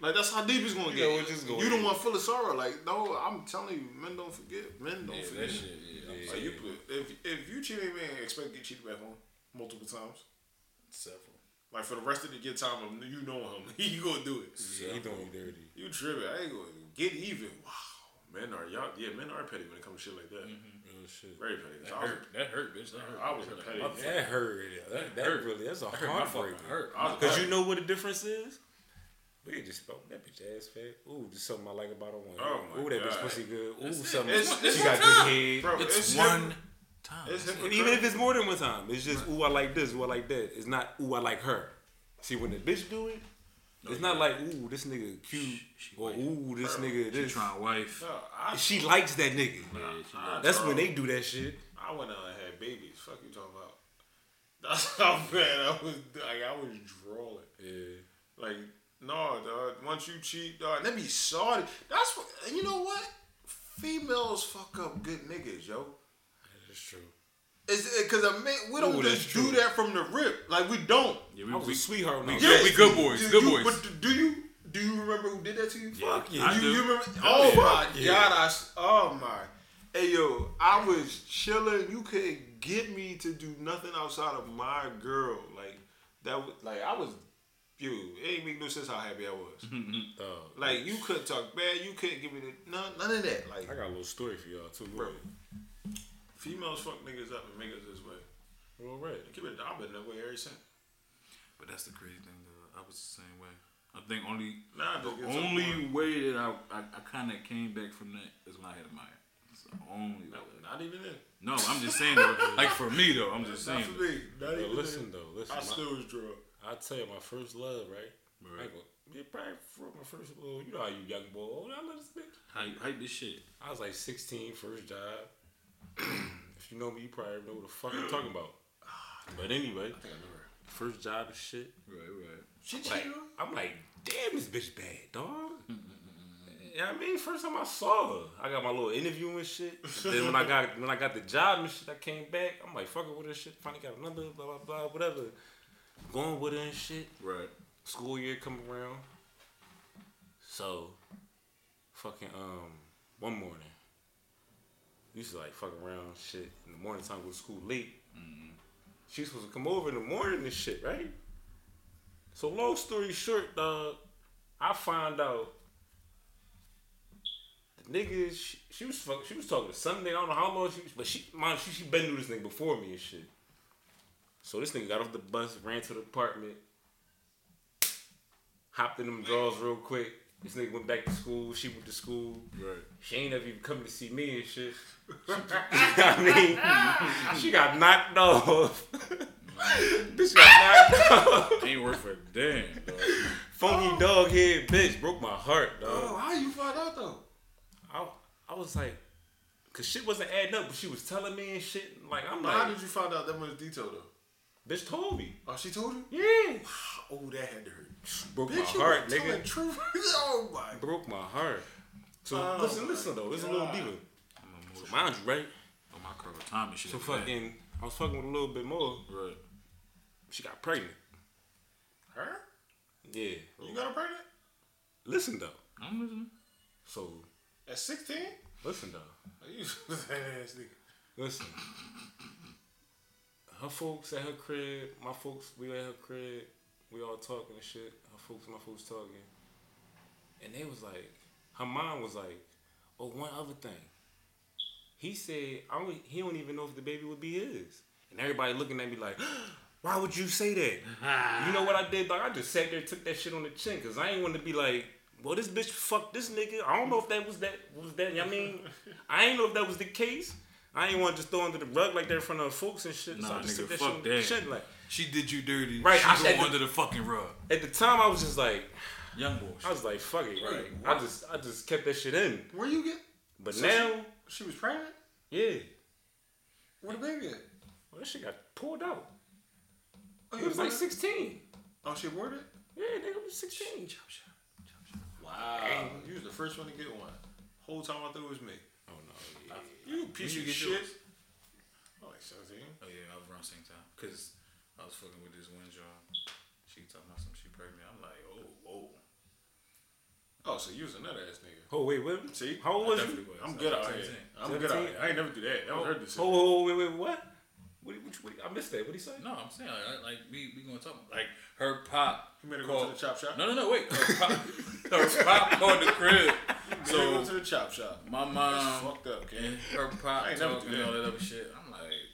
Like that's how deep it's gonna Yeah, get. we're just going you in. don't want full of sorrow. Like no, I'm telling you, men don't forget. Men don't yeah, forget. that shit. Yeah, I'm Like, sorry. you put- if if you cheat a man, expect to get cheated back on multiple times. Several. Like for the rest of the good time of you knowing him, (laughs) you gonna do it. Yeah, he doing you dirty. You tripping? I ain't gonna get even. Wow, men are y'all. Yeah, men are petty when it comes to shit like that. Oh shit. Very petty. Mm-hmm. That So I was, hurt. That hurt, bitch. That hurt. I was a That petty. hurt. That hurt. That, that hurt. really. That's a That hurt my fucking heartbreaker. hurt. I was a Cause petty. you know what the difference is. We just spoke that bitch ass fat. Ooh, just something I like about her. Oh my Ooh, that bitch God. pussy good. Ooh, it. something It's- it's she one got time. good head. Bro, It's, it's one him- time. It's And even if hypocritical. it's more than one time, it's just ooh I like this, ooh I like that. It's not ooh I like her. See when the bitch do it, it's not like ooh this nigga cute she or like- ooh this Bro, nigga She this. trying wife. No, I, She likes that nigga. I- That's bro, when they do that shit. I went out and had babies. Fuck you talking about? (laughs) That's how bad I was. Like I was drawing. Yeah. Like, no, dog. Once you cheat, dog, they be sorry. That's what. And you know what? Females fuck up good niggas, yo. That's true. Is it because a man? We don't Ooh, that's just do true. that from the rip. Like we don't. Yeah, I was a sweetheart when I was Yeah, we good Do boys, good you- boys. But do- do you do you remember who did that to you? Yeah. Fuck you. I you, do. you remember? Oh my yeah. god! I s oh my. Hey yo, I was chilling. You couldn't get me to do nothing outside of my girl. Like that. Was, like I was. Yo, it ain't make no sense how happy I was. Oh, Like you couldn't talk bad, you couldn't give me the, none, none of that. Like I got a little story for y'all too. bro, females fuck niggas up and make us this way. All right. Keep it, I've been that way ever since. But that's the crazy thing, though. I was the same way. I think only Nah, the only way that I, I, I kind of came back from that is when I had a Maya. It's the only way. not even then. No, I'm just saying. Though, like for me though, I'm just Not saying. for me. Not Yo, even listen listen, though, listen. I My, still was drunk. I tell you, my first love, right? Right. Like, yeah, probably for my first love. You know how you young boy. Oh, I love this bitch. Hype, hype this shit. I was like (clears throat) 16, first job. if you know me, you probably know what the fuck I'm talking about. But anyway, I think I remember. first job is shit. Right, right. She Like, cheated on him? I'm like, damn, this bitch bad, dog. Yeah, I mean, first time I saw her, I got my little interview and shit. And then when I got when I got the job and shit, I came back. I'm like, fucking with her shit. Finally got another blah blah blah whatever. Going with her and shit. Right. School year come around. So, fucking um, one morning, we used to like fuck around shit in the morning time. Go to school late. She was supposed to come over in the morning and shit, right? So long story short, dog, I find out the nigga she, she was fuck, she was talking to some nigga. I don't know how long she, but she mind you, she been through this nigga before me and shit. So this nigga got off the bus, ran to the apartment, hopped in them drawers real quick. This nigga went back to school. She went to school. Right. She ain't never even come to see me and shit. (laughs) I (laughs) mean, she got knocked off. (laughs) bitch got knocked off. Ain't worth a damn, dog. Funky dog head bitch broke my heart, Oh, dog. how you find out though? I, I was like, cause shit wasn't adding up, but she was telling me and shit. and, Like I'm But how like, did you find out that much detail though? bitch told me. Oh, she told you? Yeah, Oh, that had to hurt. broke Bitch, my you heart, heart, nigga. telling truth. (laughs) oh my. Broke my heart. So Oh listen, my listen though, it's a little God. deeper. I'm So emotional. mind you, right? On Oh, my Carl Tommy shit. So man. fucking, I was fucking with a little bit more. Right. She got pregnant. Her? Yeah. You got her pregnant? Listen though. I'm listening. So At 16? listen though. Are you (laughs) ass nigga? Listen. Her folks at her crib. My folks, we at her crib. We all talking and shit. Her folks, my folks talking. And they was like, her mom was like, oh, one other thing. He said, I don't, he don't even know if the baby would be his. And everybody looking at me like, (gasps) why would you say that? you know what I did? Like, I just sat there and took that shit on the chin because I ain't want to be like, well, this bitch fucked this nigga. I don't know if that was that, was that, I mean, I ain't know if that was the case. I ain't want to just throw under the rug like that in front of folks and shit. so Nah, I just nigga, took that fuck shit on the that. chin. Like, She did you dirty. Right, She I go said- under the fucking rug. at the time, I was just like, Young boy. I was like, fuck it, right? Wait, I what? just, I just kept that shit in. Where you get? But So now, She was pregnant? yeah, Where the baby at? well, that shit got pulled out. Oh, He was like 16. Oh, she aborted? Yeah, nigga was 16. Wow. You was the first one to get one. Whole time I thought it was me. Oh no, yeah. You piece you of get shit. yours? I was like 17. Oh yeah, I was around the same time. Cause I was fucking with this one job. She talking about some she pregnant. I'm like, oh, (laughs) whoa. Oh, so you was another ass nigga. Oh wait, wait. See? How old was Definitely you? was. I'm I good was out here. 17. I'm good out here. 17? I ain't never do that. That was Oh, her decision. oh, wait, wait, what? What, what, what, I missed that. What he say? No, I'm saying like, like we we gonna talk like her pop. You better go called- to the chop shop. No, no, no, wait. Her pop, her pop called the crib. You better go So um, to the chop shop. my That's mom fucked up, and kid. her pop I ain't never do talking and that. all that other shit. I'm like,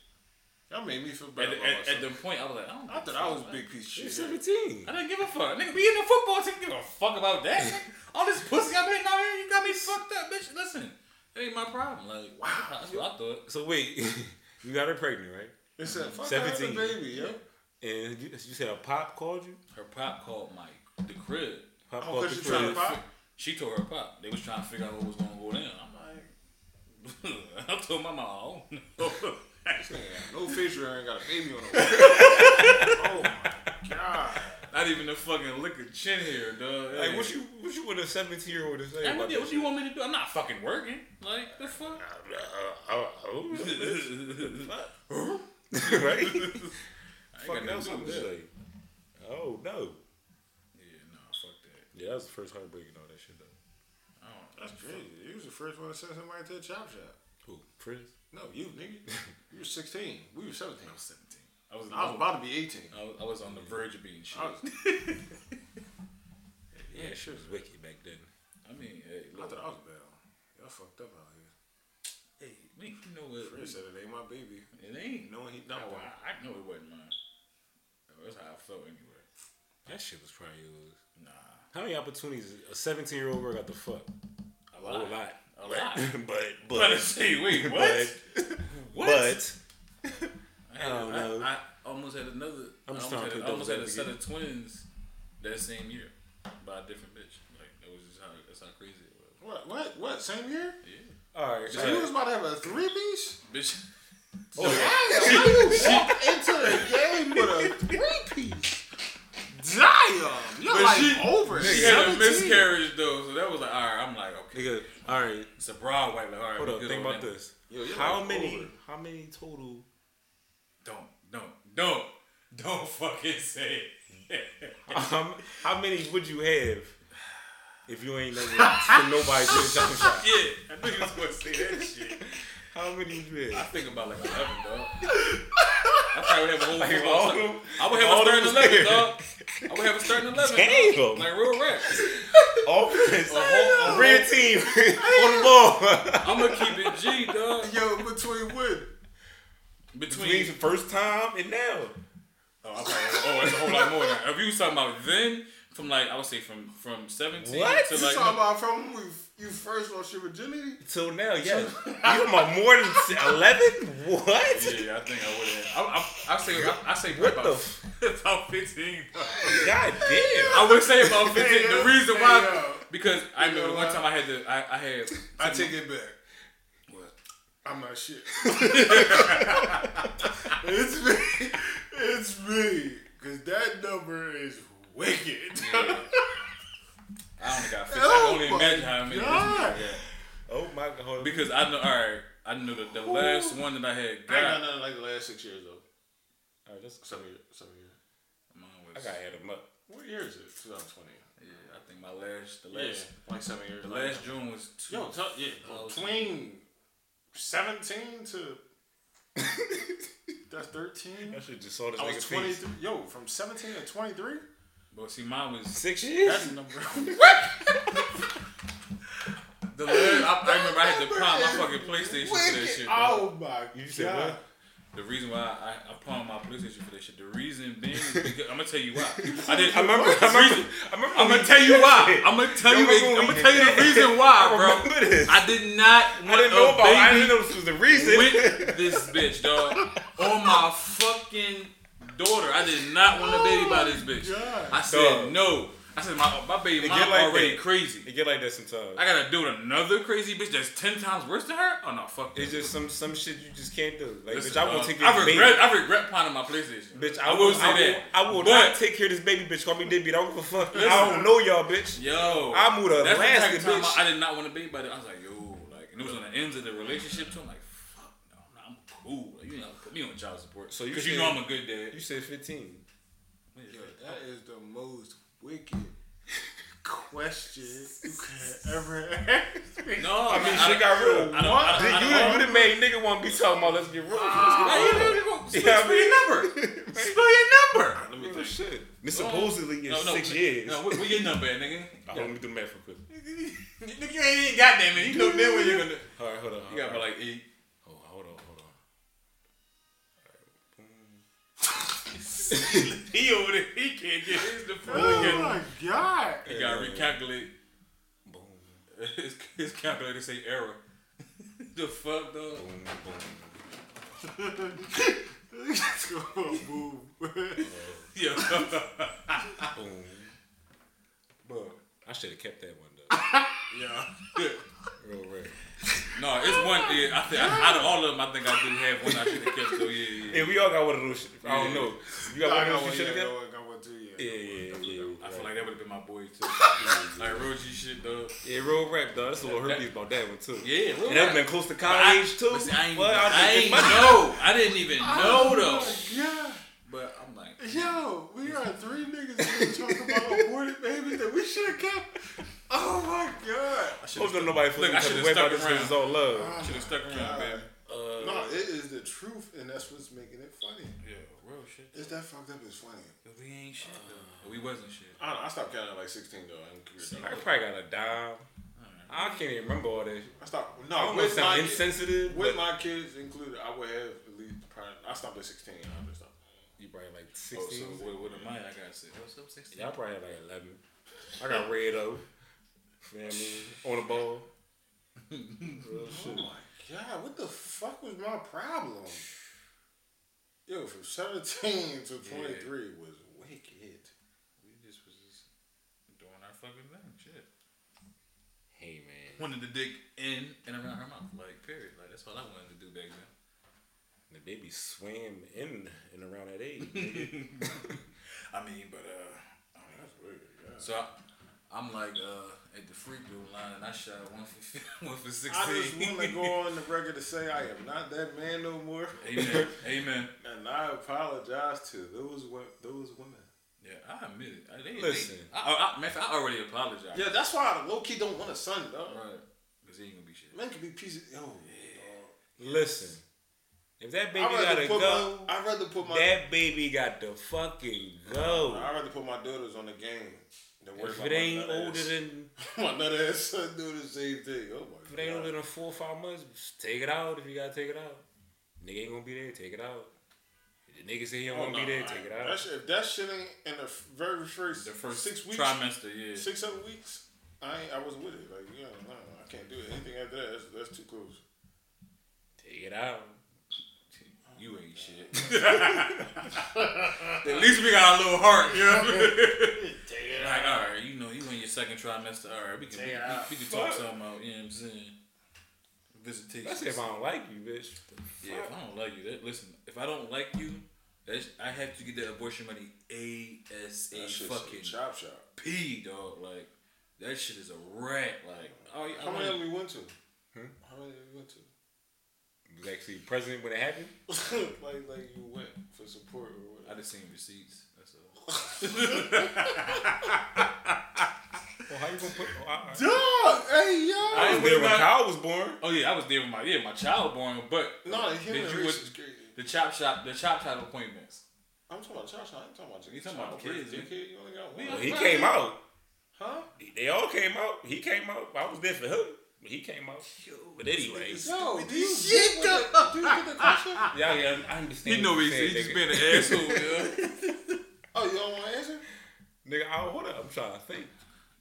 That made me feel at, better about at, at the myself. point I was like, I don't. I give a thought I fuck. was a big piece You're of shit. 17. I didn't give a fuck. Nigga, be in the football team, give a fuck about that. All this pussy I've been out here, you got me fucked up, bitch. Listen, it ain't my problem. Like, wow, that's what I thought. (laughs) So wait, (laughs) you got her pregnant, right? It said, fuck 17. 17. the baby, yo. And you, you said a pop called you? Her pop called Mike, the crib. Pop Oh, 'cause the you trying crib. to pop? She told her pop. They was trying to figure out what was gonna go down. I'm like, (laughs) I told my mom. I don't know. (laughs) This nigga got No feature ain't got a baby on the way. oh my god. Not even the fucking lick of chin here, dog. Like what you what you want a 17 year old to say? Like, about what, yeah, that what you want me to do? I'm not fucking working. Like the fuck. shit? Uh, uh, oh, (laughs) Huh? right? I ain't got Fucking else nothing to do with I'm that. say. Oh no. Yeah, no, fuck that. Yeah, that was the first heartbreak and all that shit though. I don't. That's crazy. You was the first one to send somebody to the chop shop. Who? Chris? No, you, nigga. You was 16. We were 17. I was 17. I was, I was about to be 18. I was, I was on the verge of being shit. I, I, was, Yeah, she was wicked back then. mean, hey, I look, thought I was bad. Y'all fucked up out here. hey, we- you know what? Fred said it ain't my baby. It ain't. No, Knowing he I, dumped her. I know it wasn't mine. That's how I felt anyway. That shit was probably yours. Nah, How many opportunities a 17 year old girl got to fuck? a lot, A lot. a (laughs) (laughs) lot. but, but, But see, wait, what? (laughs) what? but, I, had, I don't I, know. I almost had another. i Oh, I'm almost just trying to had, put I almost had a those set together. of twins that same year by a different bitch. Like that was just how that's how crazy it was. What? What? What? Same year? Yeah, all right. (laughs) So you was about to have a three piece? (laughs) bitch. Oh, (laughs) how you walk into the game with a three piece? Damn, your But life she- over. She had a miscarriage though, so that was like, all right. I'm like, okay, Nigga, all right. it's a broad white. Like, all right, Hold we up. good Think on about that. this. Yo, your How life many? over. How many total? Don't, don't, don't, don't fucking say it. (laughs) Um, how many would you have if you ain't never for nobody to a jump shot? yeah, I knew you was gonna say (laughs) that shit. How many would you I have? think about like eleven, dog. I probably would have a whole Like, full all outside. them- I would have all a starting them eleven, (laughs) there. dog. I would have a starting eleven. Damn. dog. Like real rap. Offense, A whole- a red (laughs) team (laughs) on the ball. I'm gonna keep it G, (laughs) dog. (laughs) Yo, between what? Between Between the first time and now, oh, I'm like, oh, that's a whole lot more. Now. If you was talking about then, from like I would say from from seventeen What? to You like talking about from when you first lost your (laughs) virginity? till now, yeah. (laughs) You talking about more than eleven? What? yeah, I think I would have. I, I, I say I, I say What about, (laughs) the about fifteen. dog. God damn. I would say about fifteen. Hey, yo. the reason Hey, why yo. because I You remember know one what? time I had to I, I had I take it back. What? I'm not (laughs) shit. it's me. It's me. Cause that number is wicked. (laughs) I only got 15. I Oh only my imagine how many. God. Yeah. Oh my god. Hold on. Because I know, all right, I know that the last one that I had I ain't got got. nothing like the last six years though. All right, that's, Some year, some year. Mine I was, gotta add them up. What year is it? 2020. yeah, I think my last, the Yeah, last, like seven years. the like- last June was two. Yo, tell, yeah, between 17 (laughs) to that's 13. I should just saw this I nigga was face. 23. Yo, from 17 to (laughs) 23. But see, mine was Six years. that's the number. what? (laughs) The last, I, I remember I had to pawn my fucking PlayStation for that shit. bro. Oh my You said god. what? The reason why I, I pawned my PlayStation for that shit. The reason being, is because, I'm gonna tell you why. I did. I remember. I The remember. reason- I remember I'm when gonna we tell you did (laughs) why. it. I'm gonna tell you. remember when I'm we gonna tell you did the it? reason why, (laughs) I bro. remember this. I did not want I didn't know a about. I baby didn't know this was the reason. with this bitch, dog. On my fucking daughter. I did not want a baby by this bitch. God. I said Dog. no. I said my my baby It mom get like already that. crazy. It get like that sometimes. I gotta do another crazy bitch that's ten times worse than her. Oh no, fuck. It's that. just some some shit you just can't do. Like, Listen, bitch, I won't dog, take this I baby. regret. I regret pawning my PlayStation. Bitch, I, will say that. I will but, not take care of this baby, bitch. Call me deadbeat. I don't give a fuck. I Listen. don't know y'all, bitch. Yo, I moved to that's the Alaska, type of time bitch. I, I did not want to be, but I was like, yo, like, and it was on the ends of the relationship too. I'm like, fuck, no, I'm, not, I'm cool. Like, you ain't gonna put me on child support. So So you you, you said- know I'm a good dad. You said 15. Yo, that is the most wicked question (laughs) you could ever ask me. No, (laughs) I mean, I, shit I, got real. I don't. I don't, Ah. Did I you, don't, you the main nigga want to be talking about let's get real. Hey, Let's you know, you know, spill- Yeah, I spill mean- (laughs) your number. Spill your number. get real. shit. This No, supposedly is no, no, six no, years. No, what, what your number, at, nigga? Hold on, let me do the math real quick. Nigga, you ain't even goddamn it. You know damn well you're gonna. All right, hold on. You got about like eight. hold on, hold on, hold on. He over there. He can't get his the fuck Oh together. my god. He gotta recalculate. Boom, (laughs) His, his calculator say error. (laughs) the fuck, dog. (laughs) boom, boom. Let's go, (laughs) boom. Yo, Boom. Bro, I should have kept that one (laughs) though. yo. Real rare. (laughs) No, it's one. Yeah, I think out of all of them, I think I do have one I should have kept. Though, yeah, yeah. Yeah, we all got one of those shit. I don't Yeah. know. You got one I got of those one, you yeah, should have I got kept? one, I got one too, yeah. Yeah, yeah, yeah. I feel right. like that would have been my boy (laughs) too. like Roji shit, though. Yeah, real rap, dog. That's a little herpes about that one, too. Yeah, real And that rap. been close to But I- college, too. but see, I ain't, Well, I didn't ain't get money. know. I didn't even Oh know though. Yeah. But I'm like, Yo, we got three niggas that talking about aborted babies that we should have kept. Oh my god. I should Hope have don't nobody Look, feeling I type of should've way about stuck this around. because it's all love. stuck around, baby. No, it is the truth, and that's what's making it funny. Yeah, real shit. It's that fucked up is funny. We ain't shit though. We wasn't shit. Oh, I don't know, I stopped counting at like 16 though. I didn't career I probably got a dime. I can't even remember all that. I stopped. I No, don't want to with my sound insensitive. with But my kids included, I would have at least probably. I stopped at 16. I just stopped. you probably like Oh, so 16. what, what am I? I got six. What's up, sixteen? Y'all probably had like 11. I got red O. You know what I mean? On the ball. Real Oh shit. my god, what the fuck was my problem? Yo, from 17 to 23 was wicked. We just was just doing our fucking thing. Shit. Hey, man. Wanted to dig in and around her mouth, like period. Like that's all I wanted to do back then. Nigga, They be swam in and around that age. (laughs) I mean, but Oh, uh, I mean, that's weird. So I, I'm like uh at the free throw line, and I shot one for (laughs) fif- one for I just sixteen. want (laughs) to go on the record to say I am not that man no more, Amen. Amen. (laughs) and I apologize to those wo- those women. Yeah, I admit it. I, they, Listen. they, I, I, matter of fact, I already apologized. Yeah, that's why I low key don't want a son, dog. Right. Cause he ain't gonna be shit. Man can be piece of yo. Listen, if that baby I'd rather gotta put go, my I'd rather put my that baby got to fucking go. I'd rather put my daughters on the game than worry If about it ain't my nut older ass. than (laughs) my nut ass son do the same thing. Oh my if it ain't god. older than four or five months, just take it out if you gotta take it out. Nigga ain't gonna be there, take it out. If the nigga say he don't Oh, wanna be nah, there, I- take it That out. shit, if that shit ain't in the f- very first, The first six weeks, trimester, yeah. six seven weeks, I ain't, I was with it. Like you know, no, I can't do it. Anything after that, that's, that's too close. Take it out. You ain't (laughs) shit. At least we got a little heart, you know. what I mean? Like, all right, you know, you in your second trimester. All right, we can we, we, we can talk something out. You know what I'm saying? Visitation. That's if I don't like you, bitch. yeah, if I don't like you, that, listen. If I don't like you, that's, I have to get that abortion money That ASA shit's fucking a chop shop. P, dog. Like that shit is a rat. Like, oh, yeah, I How many of wanna- them we went to? Hmm? How many of them we went to? Was actually president when it happened. (laughs) like like you went for support or I whatever. just seen receipts. That's all. Well, how you gonna put? Oh, I, Dog, hey yo. I, I was ain't there with when my- Kyle was born. Oh yeah, I was there with my yeah my child born, but no, the did human you race with is crazy. the chop shop the chop shop appointments? I'm talking about child. shot, I ain't talking about you. You talking about kids, You man. kid, you only got We one. Well, he Right. came out. Huh? They all came out. He came out. I was there for him. But he came out. But anyway, Yo, do you get (laughs) the, do you get the question? y'all, yeah, I understand. He know what he's, you're saying, he's just nigga. being an (laughs) asshole. Yeah. Oh, you don't want to answer? (laughs) Nigga, I, hold up. I'm trying to think.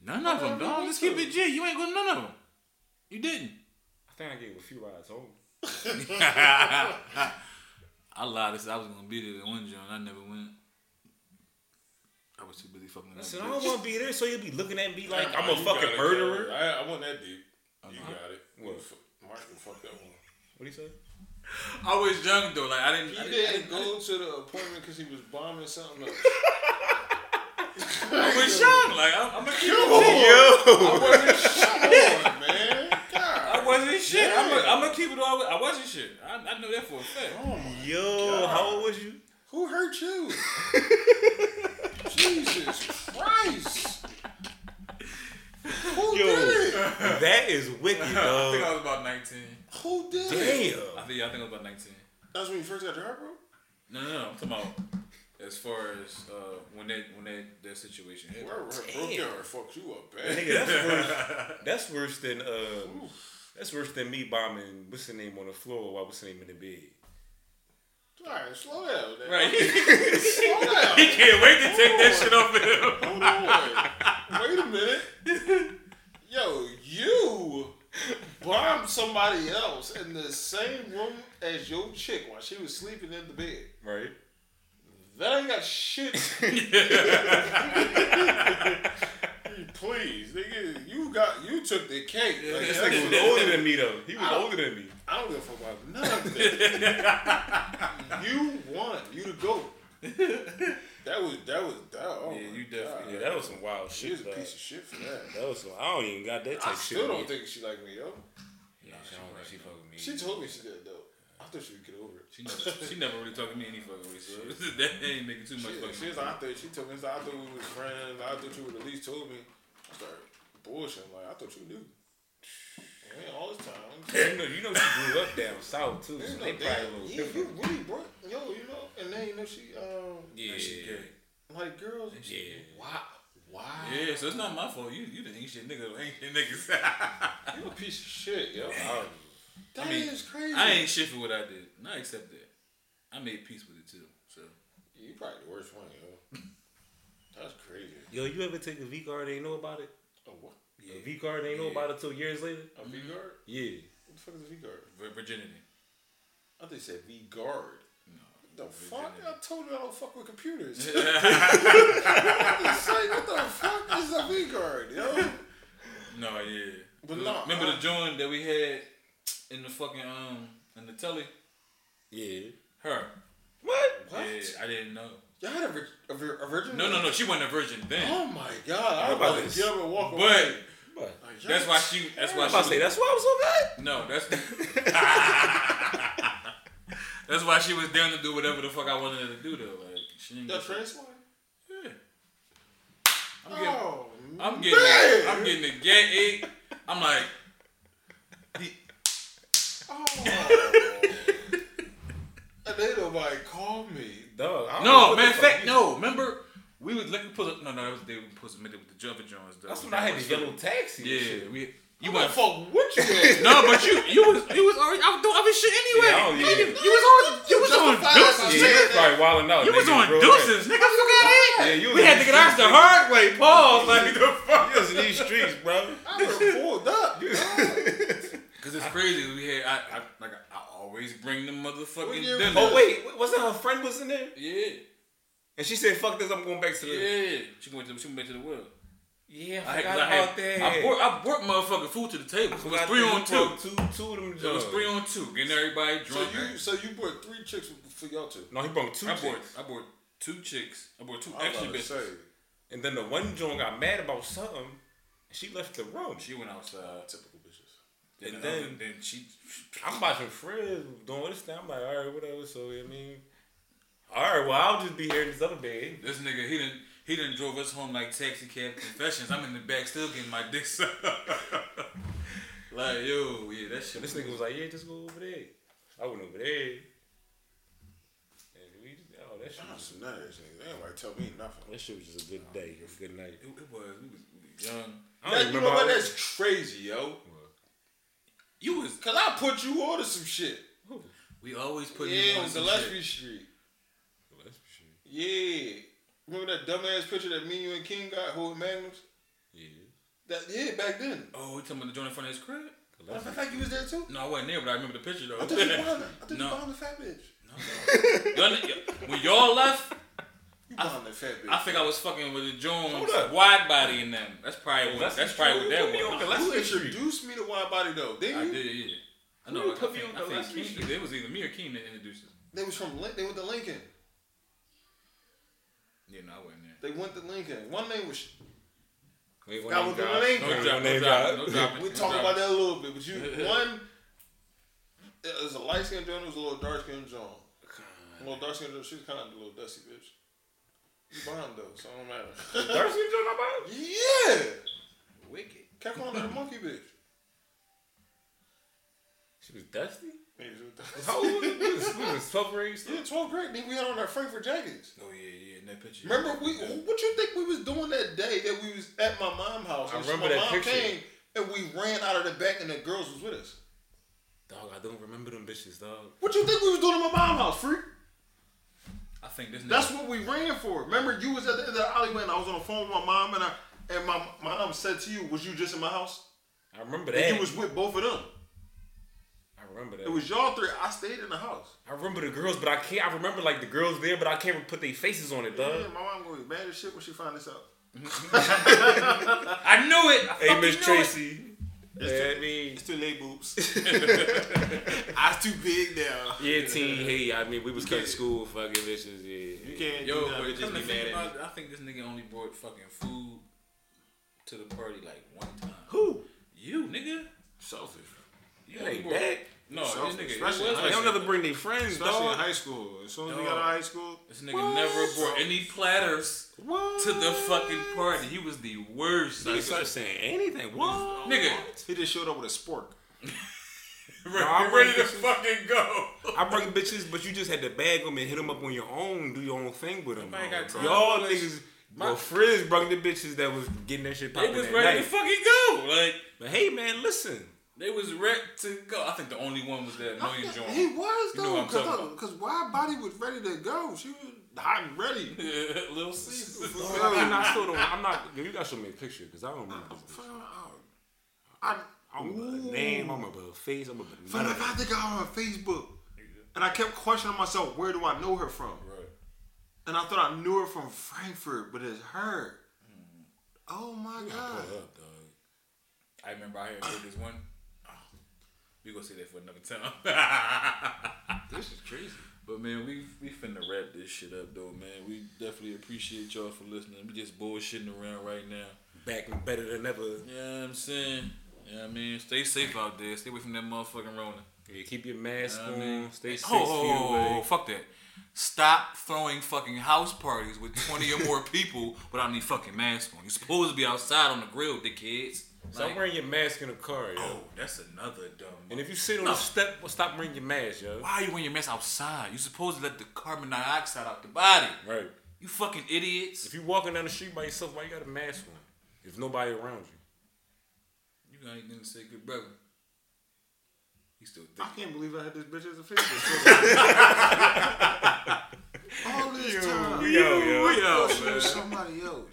None of them, dog. Let's keep it G. You ain't gonna none of them. You (laughs) didn't. I think I gave a few rides home. I lied. This I was gonna be there at one joint. I never went. I was too busy fucking. that Listen, I bitch. don't want to be there, so you'll be looking at me like I'm Nah, a oh, you got fucking it, murderer. dog. I, I wasn't that deep. You Uh-huh. got it. What? Fu- Mark, you fucked that one. What do you say? I was young though. Like I didn't. I He didn't, I didn't, didn't go to the appointment because he was bombing (laughs) something else. I was young. Like I, I'm a Yo, Come on, man. God. I wasn't shit. I'm gonna Yeah. I'm gonna keep it all. I wasn't shit. I, I know that for a fact. (laughs) yo, how old was you? Who hurt you? Jesus Christ. Who Yo. did? That is (laughs) wicked, I think I dog. was about 19. Who did? Damn. I think I think I was about 19. That's when you first got your heart broke? No, no, no. I'm talking about as far as uh, when that when that that situation hit. Where Damn. broke your heart fucked you up, man. Nigga, that's worse. (laughs) That's worse than uh, that's worse than me bombing. What's the name on the floor while what's the name in the (laughs) bed? (laughs) All right, slow down. (laughs) man. Right. He Slow down. can't wait to take that shit off of him. Hold on. Wait a minute. Yo, you bombed somebody else in the same room as your chick while she was sleeping in the bed. (laughs) Right. That ain't got shit. Please, nigga, you got you took the cake. Like, This that nigga was shit- older than me though. He was older than me. I don't give a fuck about none of that. you won. You the goat. That was that was that. Oh Yeah, my you definitely- God. Yeah, that was some wild She was shit. a dog. piece of shit for that. That was some. I don't even got that type I of shit. still in don't me. think she liked me, yo. Yeah, she don't think she fuck with me. She told me she did, though. I thought she would get over it. She never, she never really talked to me any fucking way, so (laughs) that ain't making too much She, fucking she was like, I thought she told me, I thought we was friends. I thought you would at least told me. I started bullshitting, like, I thought you knew. Man, all this time. You know, you know she grew up down south too, so You know, they probably a little damn, you, you different. really broke, yo, you know, and then, you know, she, um, Yeah, she gay. like, girls, Yeah. wow, wow, Yeah, so it's not my fault. You you the ancient nigga, of ancient niggas. (laughs) (laughs) you a piece of shit, yo. Um, That is mean, crazy. I ain't shit for what I did. Not except that. I made peace with it too. So You probably the worst one, yo. That's crazy. Yo, you ever take a V card? They know about it. A what? Yeah. A V card ain't know about it till years later. A V guard? Yeah. What the fuck is a V guard? vir- virginity. (laughs) I think it said V guard. No. What the fuck? I told you I don't fuck with computers. (laughs) I just say, what the fuck is a V guard, yo? No, yeah. But no, Remember I- the joint that we had in the fucking um in the telly? Yeah. Her. What? Yeah, What? I didn't know. Y'all had a, vir- a, vir- a virgin? No, no, no. She wasn't a virgin then. Oh my god! How I'm about about this? to get up and walk Oh, away. But What? Like, y'all- that's why she. That's why I'm about to she. say that's why I was No, (laughs) that's. (laughs) that's why she was down to do whatever the fuck I wanted her to do though. Like she didn't. That Get, trans one? yeah. I'm getting. Oh, I'm getting. man. I'm getting a gay eight. I'm like. (laughs) Oh. and they nobody called me. so good. Dog. I don't know No, what man. the In fuck fact, you- no. Remember, we was looking pull up. No, no, that was the day we put submitted with the Jumper Jones. Though. That's when I had the was- yellow taxi. Yeah, and shit. we. You went. What the fuck? What you doing? (laughs) No, but you you was you was already out doing other shit anyway. Yeah, oh, You yeah. didn't- You was on you was on Justified deuces, by Yeah, nigga. you probably wilding out. You was nigga, on real deuces, nigga. Fuck out of Yeah, here. you we was had in to get the ours the streets. hard way. (laughs) Pause, like the quick. fuck. You was in these streets, bro. (laughs) I was pulled up. (laughs) Cause it's crazy. We had I, I like I always bring the motherfucking We get- dinner. Oh wait, wa- wasn't her friend was in there? Yeah, And she said, "Fuck this, I'm going back to the." yeah. She went to she went back to the world. Yeah, I, had- 'cause I, had, I brought I brought motherfucking food to the table. It was Forgot three that on you two. brought Two, two of them. It was three on two. Getting everybody So drunk. you, so you bought three chicks for y'all two. No, he brought two. I bought chicks. I bought two chicks. I bought two I was extra about to say. bitches. And then the one joint got mad about something. and She left the room. She went outside. Typical bitches. And, And then, then- then she, I'm watching friends doing this thing. I'm like, all right, whatever. So I mean, all right, well, I'll just be here in this (laughs) other bed. this nigga, he didn't, he didn't drove us home like taxi cab confessions. I'm in the back still getting my dick sucked. like yo, yeah, that shit. And was- this nigga was like, yeah, just go over there. I went over there. And we, oh, that shit, I'm was, some nice niggas. They ain't like tell me nothing. that shit was just a good day, a good night. it, it was, we was young. I Now, don't you remember know how what? that- That's crazy, yo. You was, Cause I put you on to some shit. we always put you yeah, on on some Gillespie shit. Street. That's for sure. Yeah. Remember that dumbass picture that me, you, and King got holding magnums? Yeah. That yeah, back then. Oh, you talking about the joint in front of his crib? Matter of fact, you was there too. No, I wasn't there, but I remember the picture though. (laughs) I thought you found her. I thought No. you found the fat bitch. Y'all ni- when y'all left, You found the fat bitch. I think I was fucking with the Hold Jones up. wide body in them. That's probably what. That's probably what that was. Who Gillespie Street. introduced me to Wide Body though? They, I did, yeah. I know. Who I, I put me think, on I think Gillespie Keem, it was either me or Keem that introduced us. they was from Lin- they went to Lincoln. Yeah, no, I wasn't there. They went to Lincoln. One name was Wait, That was the name. No Don't drop, no name drop, drop. no drop. we no talked drop. about that a little bit, but you one it was a light skinned John, it was a little dark skinned John. A little dark skinned John, she was kinda a little dusty bitch. You bond though, so it don't matter. Darcy Joe Nobody? yeah. Wicked. Kept calling her the monkey bitch. She was dusty. Yeah, she was dusty. (laughs) How old was we? was- we was 12 grade. Yeah, 12th grade, nigga, we had on our Frankfurt jackets. Oh yeah, yeah, in that picture. Remember we? What you think we was doing that day that we was at my mom's house? I and remember my that mom picture. came and we ran out of the back and the girls was with us. Dog, I don't remember them bitches, dog. What you think we was doing at my mom's house, freak? I think this. Nigga, That's what we ran for. Remember you was at the, the alleyway and I was on the phone with my mom and I and my my mom said to you, "Was you just in my house?" I remember And that. you was with both of them. I remember that. It was y'all three. I stayed in the house. I remember the girls, but I can't. I remember like the girls there, but I can't put their faces on it, Yeah, dog. my mom gonna be mad as shit when she find this out. I knew it. I Hey, fucking Miss knew it. Tracy. It's Yeah, too- me. too late, (laughs) boobs. (laughs) I too big now. Yeah, team. Hey, I mean, we was cutting can't- school, fucking bitches. Yeah. You can't Yo, do that. but Bitches come to be think mad at me. about it, I think this nigga only brought fucking food to the party like one time. Who? You, nigga. Selfish. You That only ain't brought- bad. No, this Selfish, nigga. it was especially like- in They high don't never bring their friends, Especially in dog. high school. As soon as we got out of high school, This nigga never brought any platters What? to the fucking party. He was the worst. They Like, start saying anything. What? nigga, he just showed up with a spork. I'm (laughs) ready to fucking go. I bring bitches, but you just had to bag them and hit them up on your own, do your own thing with them. Nobody got time Y'all for that niggas, well, Frizz brought the bitches that was getting that shit They popping was that ready to night. fucking go. Like But hey, man, listen. they was ready to go. I think the only one was that annoying John. You He was know what though, I'm talking because because why body was ready to go. She was hot and ready. (laughs) Little C. (laughs) I'm not, (laughs) I still don't, I'm not. Yo, you gotta show me a picture because I don't remember. This bitch. I, I don't remember Ooh. her name. I remember her face. I remember Found none out of that. about the guy on Facebook, and I kept questioning myself, where do I know her from? And I thought I knew her from Frankfurt, but it's her. Oh my god! Hold up, dog. I remember I heard this Ah, one. We gonna say that for another time. This is crazy. (laughs) But man, we we finna wrap this shit up though, man. We definitely appreciate y'all for listening. We just bullshitting around right now. Back and better than ever. You know what I'm saying? Yeah, I mean, stay safe out there. Stay away from that motherfucking Rona. Yeah, keep your mask I on. mean- Stay six Oh, feet oh, oh, away. oh, fuck that. Stop throwing fucking house parties with 20 or more people without any fucking mask on. You're supposed to be outside on the grill, dickheads. Stop Like, wearing your mask in the car, yo. oh, that's another dumb. And if you sit on No. the step, well, stop wearing your mask, yo. Why are you wearing your mask outside? You're supposed to let the carbon dioxide out the body. Right. You fucking idiots. If you walking down the street by yourself, why you got a mask on? If nobody around you. You got anything to say, good brother? He's still I thinking. can't believe I had this bitch as a Facebook. All this time. Yo, yo. Yo, Yo, man. somebody else.